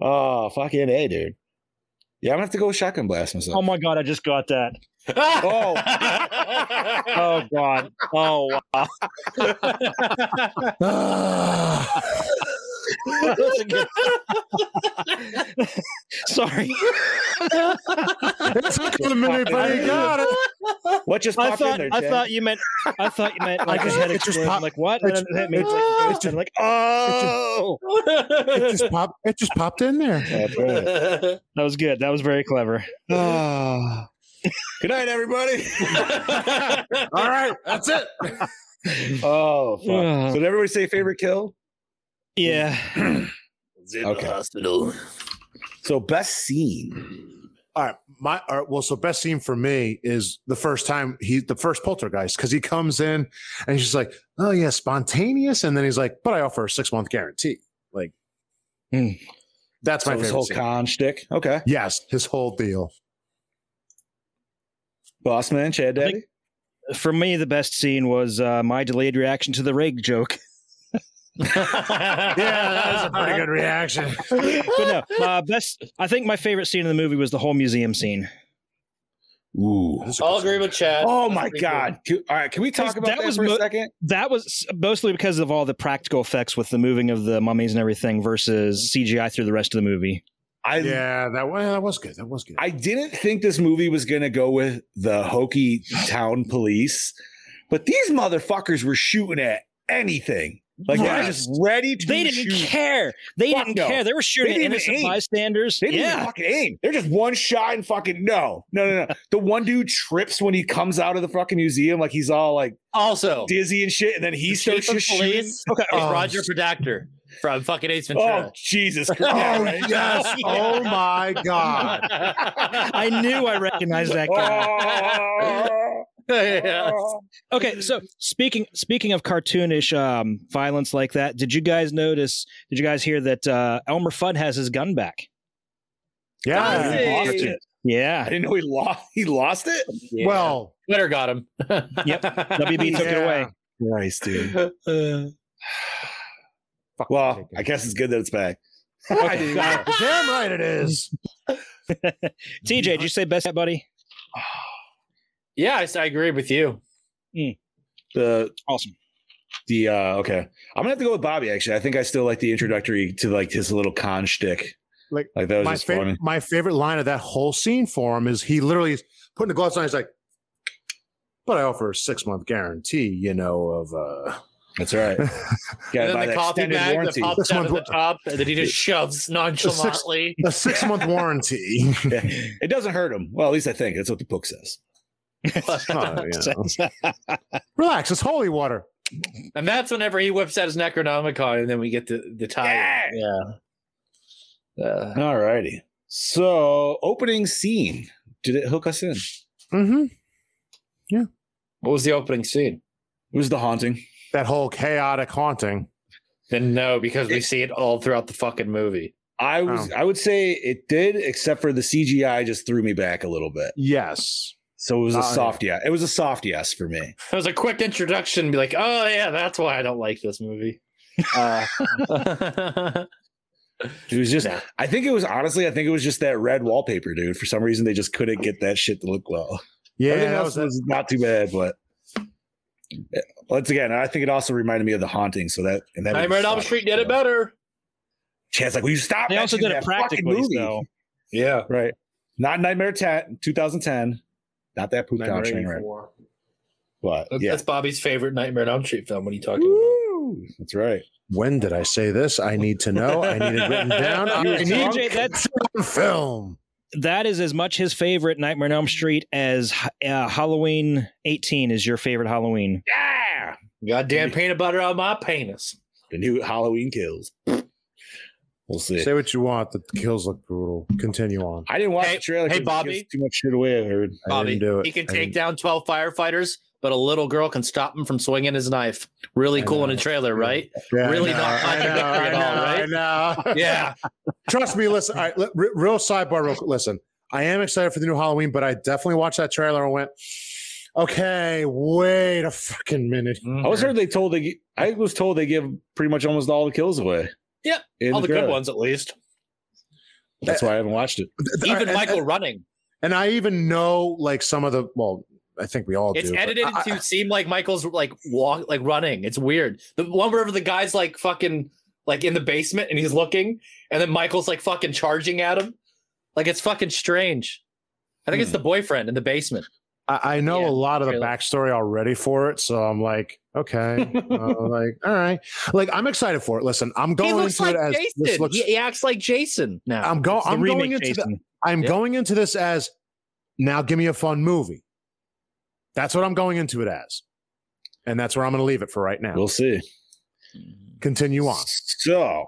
E: Oh fucking a, dude. Yeah, I'm gonna have to go with shotgun blast myself.
G: Oh my god, I just got that.
E: oh,
G: oh god. Oh wow. That's a good- Sorry.
F: It took a minute, but you got it.
E: What just
G: I
E: popped in
G: thought
E: there,
G: I
E: Chad?
G: thought you meant I thought you meant like
F: I
G: his
F: just-
G: head
F: it just
G: exploded.
F: popped-
G: I'm like what?
F: it
G: And then
F: just-
G: it made
F: it
G: like,
F: just-
G: I'm like oh.
F: It just popped. It just popped in there.
G: that was good. That was very clever.
E: Ah. Good night, everybody.
F: All right, that's it.
E: oh, fuck.
G: Yeah.
E: so did everybody say favorite kill?
G: Yeah.
E: okay.
D: hospital.
E: So best scene.
F: All right, my all right, well, so best scene for me is the first time he, the first poltergeist, because he comes in and he's just like, "Oh yeah, spontaneous," and then he's like, "But I offer a six month guarantee." Like, Hmm. that's my
E: So his
F: favorite.
E: whole
F: scene.
E: con shtick. Okay.
F: yes, his whole deal.
E: Boss man, Chad Daddy.
G: For me, the best scene was uh, my delayed reaction to the rake joke.
F: Yeah, that was a pretty good reaction.
G: but no, uh, best. I think my favorite scene in the movie was the whole museum scene.
E: Ooh.
D: I'll agree with Chad.
E: Oh
D: That's
E: my
D: pretty
E: god. Can- all right, can we talk about that,
G: was
E: for
G: mo-
E: a second?
G: That was s- mostly because of all the practical effects with the moving of the mummies and everything
E: Mm-hmm.
G: versus CGI through the rest of the movie.
E: I
F: Yeah, that was that was good. That was good.
E: I didn't think this movie was going to go with the hokey town police, but these motherfuckers were shooting at anything. Like they
G: Right.
E: were just ready to
G: They didn't
E: shoot.
G: care. They
E: Fuck
G: didn't
E: no.
G: care. They were shooting
E: They
G: at
E: didn't even
G: innocent
E: aim.
G: bystanders.
E: They didn't even
G: yeah.
E: fucking aim. They're just one shot and fucking no. No, no, no. the one dude trips when he comes out of the fucking museum, like he's all like
D: Also,
E: dizzy and shit, and then he
D: the
E: starts
D: chief of
E: just shooting.
D: police
G: Okay.
D: is
F: Oh.
D: Roger Predactor from fucking Ace
E: Oh
D: Ventura.
E: Jesus
F: Oh
E: Christ!
F: yes! Oh my god!
G: I knew I recognized that guy. Okay, so speaking speaking of cartoonish um, violence like that, did you guys notice? Did you guys hear that uh, Elmer Fudd has his gun back?
F: Yeah.
E: Lost it. I
G: Yeah,
E: didn't know he lost. He lost it.
D: Yeah.
F: Well,
D: Twitter got him.
G: Yep. WB took it
F: Yeah.
G: away.
E: Christ, dude. well, I guess it's good that it's back.
G: Okay, got
F: damn right it is.
G: it. TJ, did you say best yet, buddy?
D: yeah, I, I agree with you.
E: The
G: Awesome.
E: the uh okay. I'm gonna have to go with Bobby actually. I think I still like the introductory to like his little con shtick.
F: Like,
E: Like that was
F: my,
E: just
F: fa-
E: funny.
F: my favorite line of that whole scene for him is he literally is putting the gloves on. He's like, but I offer a six month guarantee, you know, of uh,
E: That's right.
D: And
E: Got
D: then
E: by
D: the
E: the
D: coffee
E: extended
D: bag that
E: warranty.
D: pops
F: This
D: out of the
F: one's-
D: top and then he just shoves nonchalantly.
F: a six month warranty.
E: Yeah. It doesn't hurt him. Well, at least I think that's what the book says.
F: Oh, yeah. Relax, it's holy water.
D: And that's whenever he whips out his Necronomicon and then we get the, the tie. Yeah. Uh,
E: All righty. So opening scene. Did it hook us in? It
F: Mm-hmm.
D: what was the opening scene?
E: was the haunting.
F: That whole chaotic haunting.
D: Then no, because we see it all throughout the fucking movie.
E: I was
F: Oh.
E: I would say it did, except for the CGI just threw me back a little bit.
F: Yes.
E: So it was a
F: Oh, yeah.
E: soft yeah. It was a soft yes for me.
D: It was a quick introduction, be like, oh yeah, that's why I don't like this movie. Uh,
E: It was just
D: Yeah.
E: I think it was honestly, I think it was just that red wallpaper, dude. For some reason they just couldn't get that shit to look well.
F: Yeah,
E: Everything
F: that
E: else
F: was,
E: was, not too bad, but once again, I think it also reminded me of the haunting. So that and that
D: Nightmare on Elm Street did it better.
E: Chad's like, will you stop?
G: They also
E: mentioning
G: did it
E: that fucking
G: practically,
E: movie?"
G: though.
E: Yeah, right. Not Nightmare 10, 2010. Not that poop
F: Nightmare
E: down train, right? But
D: That's,
E: yeah,
D: that's Bobby's favorite Nightmare on Elm Street film. What are you talking about?
E: Woo! that's right.
F: when did I say this? I need to know. I need it written down. I
D: You were
F: need
G: drunk.
F: it
G: That's-
F: on film.
G: That is as much his favorite Nightmare on Elm Street as uh, Halloween 18 is your favorite Halloween.
E: Yeah.
D: Goddamn peanut butter on my penis.
E: The new Halloween kills. We'll see.
F: Say what you want. The kills look brutal. Continue on.
E: I didn't watch the trailer.
D: hey,
E: 'cause it
D: Bobby.
E: gives too much shit away. I heard.
D: Bobby, he can take down 12 firefighters, but a little girl can stop him from swinging his knife. Really cool in a trailer, right?
F: Yeah, I
D: really
F: know,
D: not
F: I know,
D: contradictory at all,
F: I
D: right?
F: know, I know.
D: Yeah.
F: Trust me. Listen. All right, li- re- real sidebar. Real quick. Listen. I am excited for the new Halloween, but I definitely watched that trailer and went, "Okay, wait a fucking minute."
D: Mm-hmm.
E: I was heard they told they. I was told they give pretty much almost all the kills away.
D: Yeah,
E: in
D: all the good
E: trailer.
D: ones at least.
E: That's why I haven't watched it.
D: Even
F: and-
D: Michael
F: and-
D: running.
F: And I even know like some of the. Well, I think we all
D: It's
F: do. but
D: edited
F: I-
D: to seem like Michael's like walk, like running. It's weird. The one wherever the guy's like fucking like in the basement and he's looking, and then Michael's like fucking charging at him. Like it's fucking strange. I think it's the boyfriend in the basement.
F: I, I know a lot of the backstory already for it, so I'm like, okay, uh, like, all right, like I'm excited for it. Listen, I'm going
D: he looks
F: into
D: like
F: it as this
D: Jason.
F: looks.
D: he, he acts like Jason now.
F: I'm going.
D: It's the
F: Oh, I'm
D: remake
F: going into. The,
D: Jason.
F: I'm going into this as now. Give me a fun movie. That's what I'm going into it as, and that's where I'm going to leave it for right now.
E: We'll see.
F: Continue on.
E: So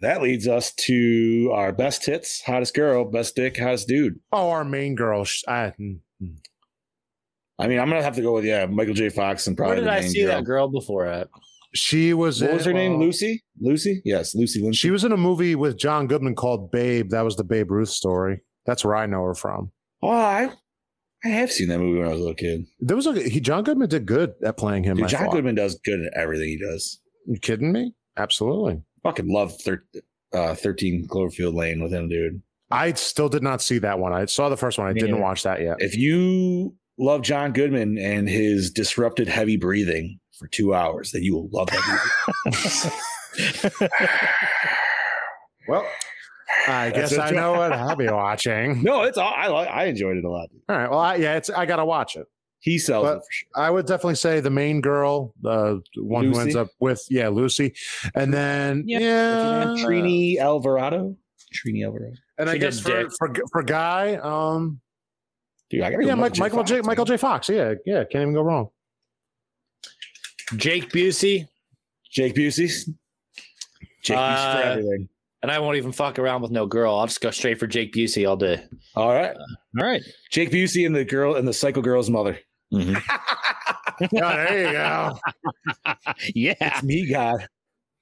E: that leads us to our best hits, hottest girl, best dick, hottest dude.
F: Oh, our main girl. sh- I,
E: I mean, I'm gonna have to go with yeah, Michael J. Fox and
D: Where
E: probably.
D: did
E: the
D: I
E: main
D: see that uh, girl before at?
F: she was.
E: What
F: in-
E: was her name?
F: well,
E: Lucy. Lucy. Yes, Lucy Lynch.
F: She was in a movie with John Goodman called Babe. That was the Babe Ruth story. That's where I know her from.
E: Oh, I, I have seen that movie when I was a little kid.
F: There was a he. John Goodman did good at playing him.
E: Dude,
F: I
E: John
F: thought.
E: Goodman does good at everything he does.
F: You kidding me? Absolutely.
E: Fucking love thir- uh, 13 Cloverfield Lane with him, dude.
F: I still did not see that one. I saw the first one. I didn't
E: neither.
F: watch that yet.
E: If you love John Goodman and his disrupted heavy breathing for two hours, then you will love that movie.
F: well, I
E: That's
F: guess I
E: it, John.
F: know what I'll be watching.
E: no, it's all I like. I enjoyed it a lot.
F: All right. Well, I, yeah, it's I gotta watch it.
E: He sells it
F: But
E: for sure.
F: I would definitely say the main girl, the one who ends
E: Lucy?
F: up with, yeah, Lucy, and then yeah, uh,
E: Trini Alvarado. Trini Alvarado.
F: and I
E: She
F: guess
E: did
F: for,
E: Dick.
F: for for guy, um,
E: Dude, I gotta go
F: yeah, Mike-
E: Michael J.
F: Michael J.
E: Fox,
F: Michael J. Fox. Yeah, yeah, can't even go wrong.
D: Jake Busey.
E: Jake Busey. Jake Busey
D: Uh,
E: for everything.
D: And I won't even fuck around with no girl. I'll just go straight for Jake Busey all day.
E: All right.
G: All right.
E: Jake Busey and the girl and the psycho girl's mother.
F: Yeah, there you go.
G: yeah.
E: It's me, God.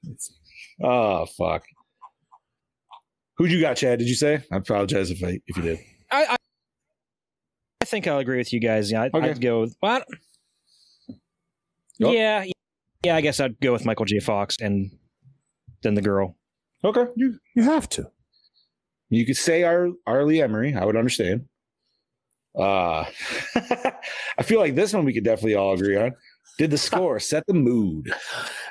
E: It's- oh fuck. Who'd you got, Chad? Did you say? I apologize if I if you did.
G: I, I, I think I'll agree with you guys. Yeah, I'd,
E: Okay.
G: I'd go. With, well, I don't-
E: Yep.
G: Yeah, yeah. I guess I'd go with Michael J. Fox and then the girl.
E: Okay.
F: You you have to.
E: You could say Ar- Arlie Emery. I would understand. Uh I feel like this one we could definitely all agree on. Did the score set the mood?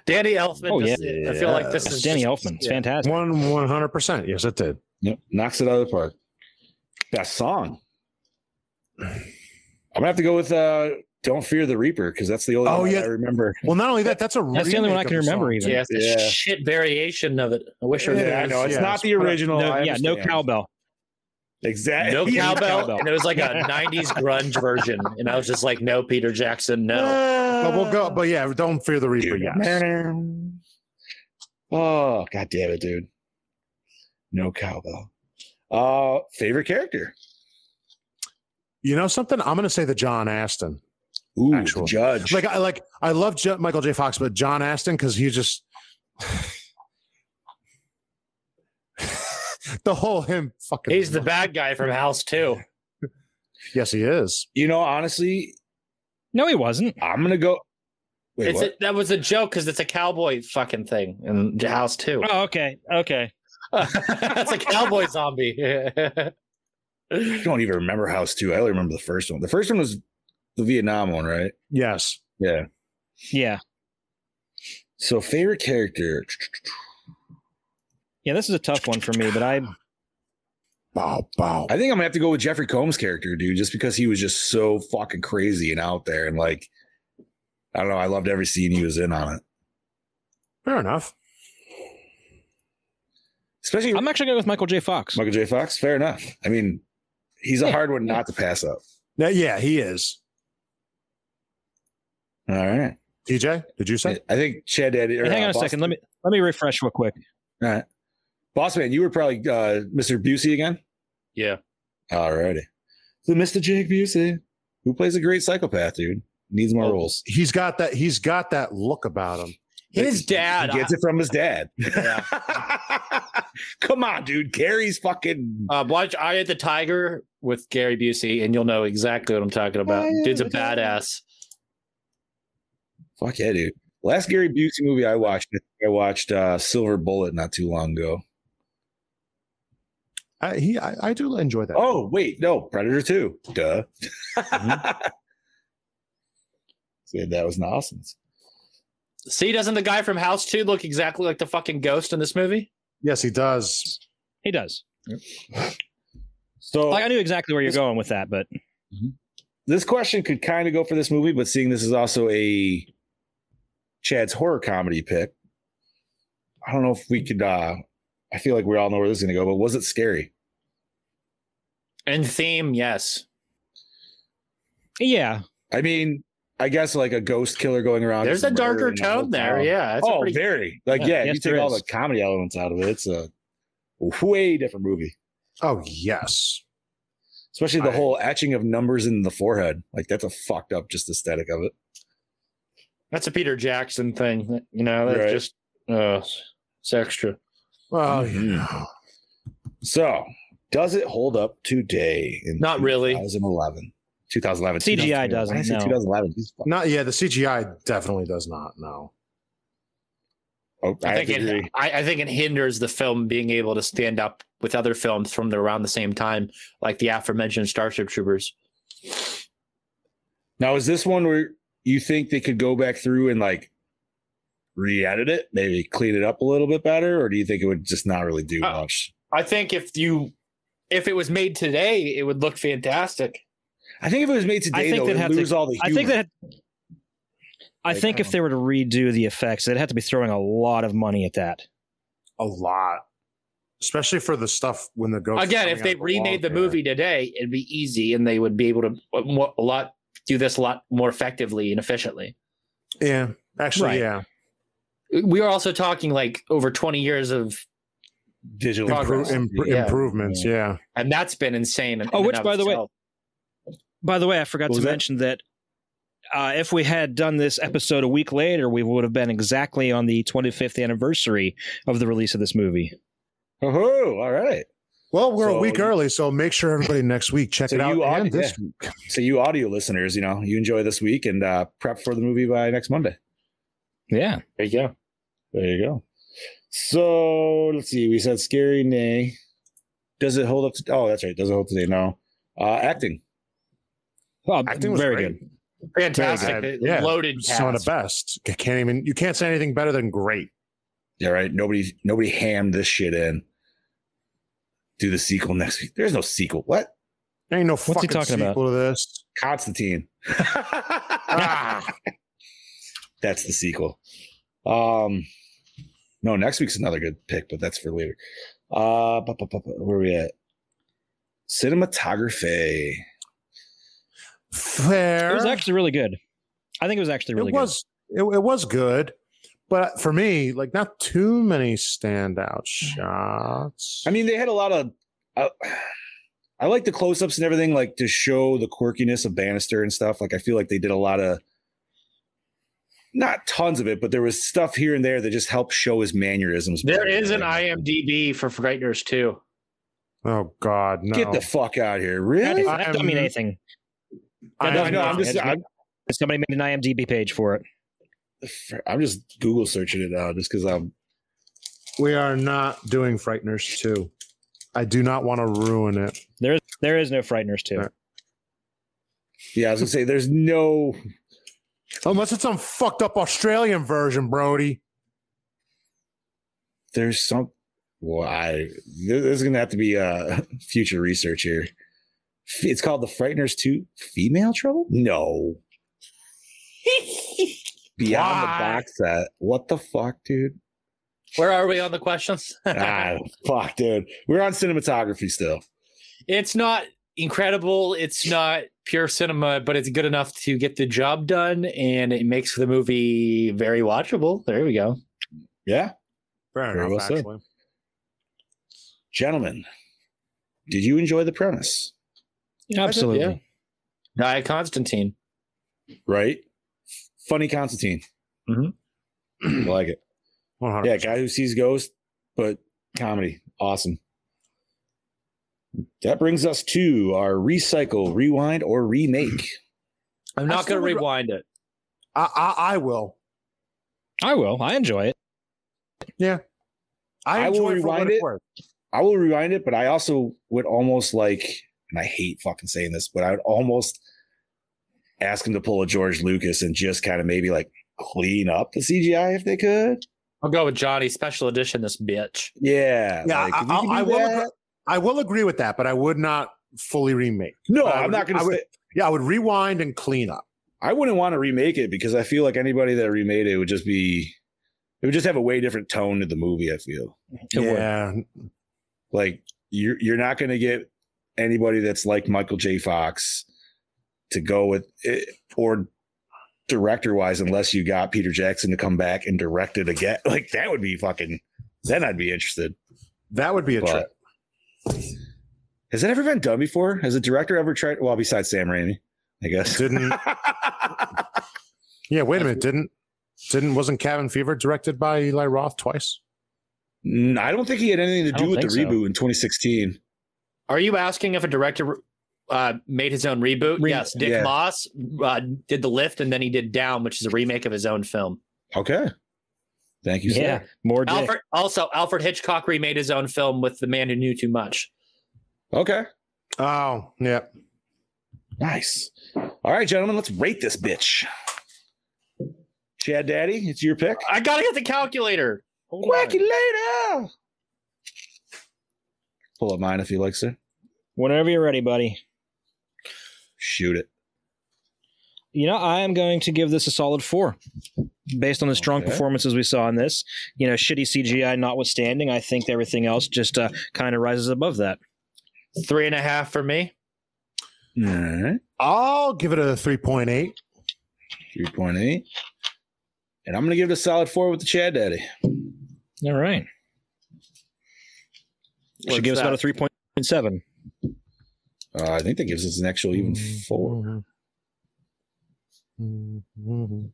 D: Danny Elfman.
G: Oh,
D: this- I feel like this is
G: Danny
D: just-
G: Elfman. It's
D: yeah.
G: fantastic.
F: One one hundred percent. Yes, it did.
E: Yep. Knocks it out of the park. Best song. I'm gonna have to go with uh Don't Fear the Reaper, because that's the only
F: Oh,
E: one
F: yeah.
E: I remember.
F: Well, not only that, that's a
G: That's the only one I
F: remake
G: can
F: of the
G: remember.
F: song.
G: Even
D: Yeah, it's a
E: Yeah.
D: shit variation of it. I wish it was
E: Yeah, I know. It's
F: Yeah,
E: not
F: it's
E: the
F: put up-
E: original.
G: uh, No,
E: I
G: yeah, no
E: understand.
G: cowbell.
E: Exactly.
D: no
E: Yeah.
D: cowbell,
G: cowbell.
D: and it was like a '90s grunge version, and I was just like, "No, Peter Jackson, no."
F: But we'll go. But yeah, don't fear the reaper. Yes.
E: Oh, god damn it, dude. No cowbell. Uh favorite character.
F: You know something? I'm gonna say the John Aston.
E: Ooh, the
F: Actual.
E: judge.
F: Like I like I love J- Michael J. Fox, but John Aston because he just the whole him fucking.
D: He's the bad guy from House Two.
F: yes, he is.
E: you know, honestly,
G: No, he wasn't.
E: I'm gonna go. Wait,
D: it's
E: what?
D: a, that was a joke because it's a cowboy fucking thing in House Two.
G: Oh, okay, okay.
D: That's a cowboy zombie.
E: I don't even remember House Two. I only remember the first one. The first one was the Vietnam one, right?
F: Yes.
E: Yeah.
G: Yeah,
E: So favorite character.
G: yeah. This is a tough one for me, but I
F: Bow bow.
E: I think I'm gonna have to go with Jeffrey Combs' character, dude, just because he was just so fucking crazy and out there, and like, I don't know, I loved every scene he was in on it.
F: Fair enough.
E: Especially
G: I'm actually going with Michael J. Fox.
E: Michael J. Fox. Fair enough. I mean, he's a hard one not to pass up.
F: Now, yeah, he is.
E: All right.
F: TJ, did you say?
E: I think Chad Daddy. uh,
G: Hey, hang on a second. Let me let me refresh real quick.
E: All right. Boss man, you were probably uh, Mr. Busey again.
K: Yeah.
E: Alrighty. So Mr. Jake Busey, who plays a great psychopath, dude, needs
K: Oh,
E: more roles.
F: He's got that. He's got that look about him.
K: His dad uh,
E: he gets it from his dad. Come on, dude. Gary's fucking.
D: Uh, watch Eye of the Tiger with Gary Busey, and you'll know exactly what I'm talking about. Dude's a badass.
E: Fuck yeah, dude. Last Gary Busey movie I watched, I watched uh, Silver Bullet not too long ago.
F: I, he, I, I do enjoy that.
E: Oh wait, no, Predator Two. Duh.
D: Mm-hmm.
E: See, that was awesome.
D: See, doesn't the guy from House 2 look exactly like the fucking ghost in this movie?
F: Yes, he does.
G: He does.
E: So Oh.
G: Like I knew exactly where you're going with that, but
E: this question could kind of go for this movie, but seeing this is also a Chad's horror comedy pick, I don't know if we could. uh I feel like we all know where this is going to go, but was it scary?
D: And theme, yes.
G: yeah.
E: I mean, I guess like a ghost killer going around.
D: There's
E: just
D: a darker
E: murdering the whole
D: tone there,
E: town.
D: yeah, that's a
E: oh,
D: pretty-
E: very. Like,
D: Yeah,
E: yeah,
D: yes,
E: you take
D: there
E: all
D: is.
E: the comedy elements out of it. It's a way different movie.
F: Oh yes.
E: Especially the
F: I-
E: whole etching of numbers in the forehead. Like that's a fucked up just aesthetic of it.
D: That's a Peter Jackson thing. You know, that's
E: Right.
D: just uh it's extra.
F: Well,
D: Mm-hmm.
E: So, does it hold up today? In
D: Not really.
E: 2011. 2011. 2011.
G: CGI doesn't,
E: Why did I say
G: no.
E: 2011. Jesus fuck.
F: Not yeah. The CGI definitely does not. No.
E: Oh, I,
D: I think
E: agree.
D: it I, I think it hinders the film being able to stand up with other films from the, around the same time, like the aforementioned Starship Troopers.
E: Now, is this one where you think they could go back through and like re-edit it, maybe clean it up a little bit better, or do you think it would just not really do
D: Uh,
E: much?
D: I think if you if it was made today, it would look fantastic.
E: I think if it was made
G: I
E: today,
G: think
E: though,
G: they'd
E: it
G: have
E: lose
G: to,
E: all the.
G: I think
E: humor.
G: that I
E: Like,
G: think
E: I
G: if they were to redo the effects, they'd have to be throwing a lot of money at that.
F: A lot. Especially for the stuff when the ghost
D: Again, if they remade the movie today, it'd be easy, and they would be able to a mo- a lot do this a lot more effectively and efficiently.
F: Yeah. Actually,
D: Right.
F: yeah.
D: We are also talking like over twenty years of,
E: digital
F: Impro-
D: Progress.
F: impro-
D: Yeah.
F: Improvements. Yeah.
D: and that's been insane. in-
G: Oh,
D: in
G: which,
D: and
G: by
D: of
G: the way-
D: itself.
G: By the way, I forgot
E: What
G: to
E: was that?
G: mention that uh, if we had done this episode a week later, we would have been exactly on the 25th anniversary of the release of this movie.
E: Oh, all right.
F: Well, we're a
E: So
F: week
E: you-
F: early, so make sure everybody next week check
E: So
F: it out.
E: you are-
F: and this week.
E: So you audio listeners, you know, you enjoy this week and uh, prep for the movie by next Monday.
G: Yeah.
D: There you go.
E: There you go. So let's see. We said scary, nay. Does it hold up? To, oh, that's right. Does it hold today? No. Uh, acting.
G: Well,
F: Acting was
G: very
F: great.
G: good.
D: Fantastic,
F: Yeah.
D: loaded
F: It's Some of
D: cast.
F: the best. You can't even. You can't say anything better than great.
E: Yeah, right. Nobody, nobody hammed this shit in. Do the sequel next week. There's no sequel. What?
F: There ain't no
G: he
F: fucking
G: talking
F: sequel to
G: about?
F: this.
E: Constantine.
F: Ah,
E: That's the sequel. Um, no, next week's another good pick, but that's for later. Uh, bu- bu- bu- bu- where are we at? Cinematography.
F: fair.
G: It was actually really good. I think it was actually really
F: it was it, it was good, but for me, like not too many standout shots.
E: I mean, they had a lot of. Uh, I like the close ups and everything, like to show the quirkiness of Bannister and stuff. Like, I feel like they did a lot of. Not tons of it, but there was stuff here and there that just helped show his mannerisms.
D: There is an
E: Like,
D: IMDb for Frighteners too.
F: oh God, no!
E: Get the fuck out of here!
G: good.
E: Really?
G: That, that doesn't mean
F: I'm-
G: anything.
F: I-
G: That
E: I
G: doesn't
E: know.
G: mean
E: I'm
G: anything.
E: just.
G: It's-
E: I'm,
G: Somebody made an IMDb page for it.
E: I'm just Google searching it out just because I'm.
F: we are not doing Frighteners two. I do not want to ruin it.
G: There is there is no Frighteners too.
F: Right.
E: Yeah, I was gonna say there's no.
F: Unless it's some fucked up Australian version, Brody.
E: There's some. Well, I. There's gonna have to be uh future research here. It's called the Frighteners Two: Female Trouble. No.
D: Why?
E: Beyond the box set. What the fuck, dude?
D: Where are we on the questions?
E: ah, fuck, dude. We're on cinematography still.
D: it's not incredible. It's not pure cinema, but it's good enough to get the job done, and it makes the movie very watchable. There we go.
E: Yeah.
F: Fair
E: Very
F: enough,
E: well said.
F: actually.
E: Gentlemen, did you enjoy the premise?
G: Absolutely.
D: Naya Constantine.
E: Right? Funny Constantine. I like it. Yeah, guy who sees ghosts, but comedy. Awesome. That brings us to our recycle, rewind, or remake.
D: I'm
E: not gonna
D: rewind it.
F: I, I, I will.
G: I will. I enjoy it.
F: Yeah. I, enjoy it for what it's worth.
E: I will rewind it, but I also would almost like, and I hate fucking saying this, but I would almost ask him to pull a George Lucas and just kind of maybe like clean up the CGI if they could.
D: I'll go with Johnny special edition. This bitch.
E: Yeah.
F: Yeah,
E: like,
F: I,
E: if you can
F: I- I
E: do
F: will.
E: that-
F: Agree, I will agree with that, but I would not fully remake.
E: No,
F: But I
E: I'm
F: would-
E: not gonna
F: I would-
E: say-
F: Yeah, I would rewind and clean up.
E: I wouldn't want to remake it because I feel like anybody that remade it would just be, it would just have a way different tone to the movie. I feel.
F: yeah.
E: Like you're you're not going to get anybody that's like Michael J. Fox to go with it or director wise, unless you got Peter Jackson to come back and direct it again. Like that would be fucking. Then I'd be interested.
F: That would be a trip.
E: Has that ever been done before? Has a director ever tried? Well, besides Sam Raimi, I guess.
F: Didn't. Yeah. Wait a minute. Didn't didn't wasn't Cabin Fever directed by Eli Roth twice?
E: Mm, I don't think he had anything to
D: I
E: do
D: don't
E: with the
D: think so.
E: reboot in 2016.
D: Are you asking if a director uh, made his own reboot? yes. Dick
E: yeah.
D: Moss uh, did The Lift and then he did Down, which is a remake of his own film.
E: Okay. Thank you.
G: Yeah.
E: Sir.
G: More dick.
D: Alfred, also, Alfred Hitchcock remade his own film with The Man Who Knew Too Much.
E: Okay.
F: Oh, yeah.
E: Nice. All right, gentlemen, let's rate this bitch. Chad Daddy, it's your pick.
D: I got to get the calculator.
E: Quacky later. Pull up mine if you like, sir.
G: Whenever you're ready, buddy.
E: Shoot it.
G: You know, I am going to give this a solid four based on the strong
E: Okay.
G: performances we saw in this. You know, shitty CGI notwithstanding, I think everything else just uh, kind of rises above that.
D: Three and a half for me.
E: All right.
F: I'll give it a three point eight.
E: 3.8. And I'm going to give it a solid four with the Chad Daddy.
G: All right. Should give us about a 3.7.
E: Uh, I think that gives us an actual even
F: Mm-hmm. Mm.
E: four.
F: Mm-hmm.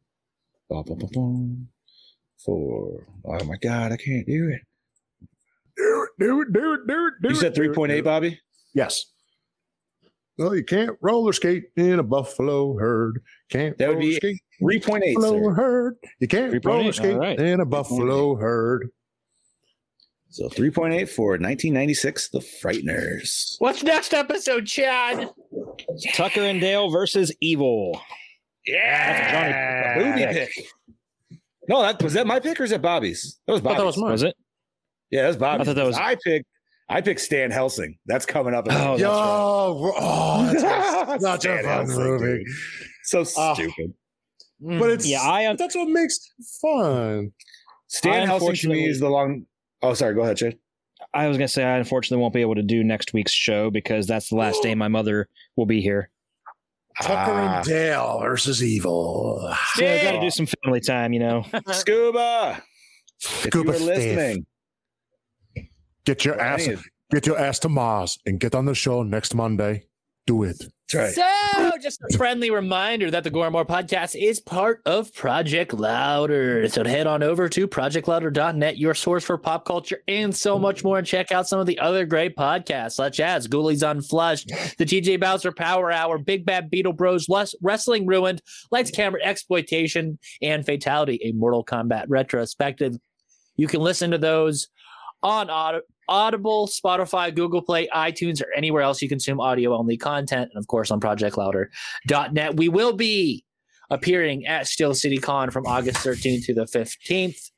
E: Ba, ba, ba, boom. Four. Oh my God, I can't do it.
F: Do it, do it, do it, do it.
E: You
F: do
E: said
F: it, do it, do
E: 3.8,
F: it.
E: Bobby?
F: Yes. Well, you can't roller skate in a buffalo herd. Can't
E: That would
F: roller
E: be
F: skate
E: 3.8.
F: in a buffalo
E: Sir.
F: herd. You can't
E: 3.8,
F: roller skate
E: all right.
F: in a buffalo herd.
E: So 3.8 for 1996, The Frighteners.
D: What's next episode, Chad?
G: Tucker and Dale versus Evil.
E: Yeah. Booby pick. No, that was that my pick or is that Bobby's? That was
G: thought
E: Bobby's.
G: that was mine. Was it?
E: Yeah, that's Bobby.
G: I thought that was-
E: I picked. I picked Stan Helsing. That's coming up.
G: Oh, that's right.
F: Oh, oh, that's such a
E: Stan
F: fun
E: Helsing,
F: movie.
E: dude. So
F: Ah.
E: stupid.
F: But it's
G: Yeah, I un-
F: that's what makes it fun.
E: Stan
G: I
E: Helsing to me
G: unfortunately-
E: is the long. Oh, sorry. Go ahead, Chad.
G: I was gonna say I unfortunately won't be able to do next week's show because that's the last day my mother will be here.
F: Tucker
E: Ah.
F: and Dale versus Evil.
G: So I gotta do some family time, you know.
E: Scuba. If you
F: Scuba
E: were
F: Steve.
E: listening,
F: Get your
E: Well,
F: ass
E: any of-
F: get your ass to Mars and get on the show next Monday. Do it.
E: that's right.
D: So, just a friendly reminder that the Goramore podcast is part of Project Louder. So, head on over to projectlouder.net, your source for pop culture and so much more, and check out some of the other great podcasts, such as Ghoulies Unflushed, the TJ Bowser Power Hour, Big Bad Beetle Bros, Less- Wrestling Ruined, Lights Camera Exploitation, and Fatality, a Mortal Kombat retrospective. You can listen to those on Aud- Audible, Spotify, Google Play, iTunes, or anywhere else you consume audio only content. And of course, on projectlouder.net. We will be appearing at Steel City Con from August 13th to the 15th.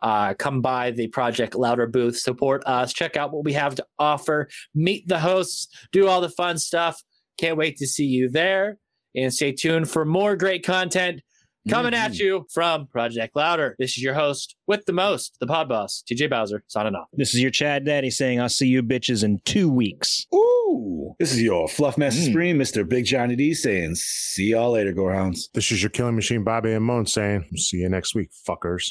D: Uh, come by the Project Louder booth, support us, check out what we have to offer, meet the hosts, do all the fun stuff. Can't wait to see you there. And stay tuned for more great content coming at you from Project Louder. This is your host with the most, the pod boss, TJ Bowser, signing off.
G: This is your Chad Daddy saying I'll see you bitches in two weeks.
E: Ooh, this is your Fluff Master
G: Hmm.
E: Scream, Mr. Big Johnny D saying, see y'all later, Gorehounds.
F: This is your killing machine, Bobby and Moan saying, see you next week, fuckers.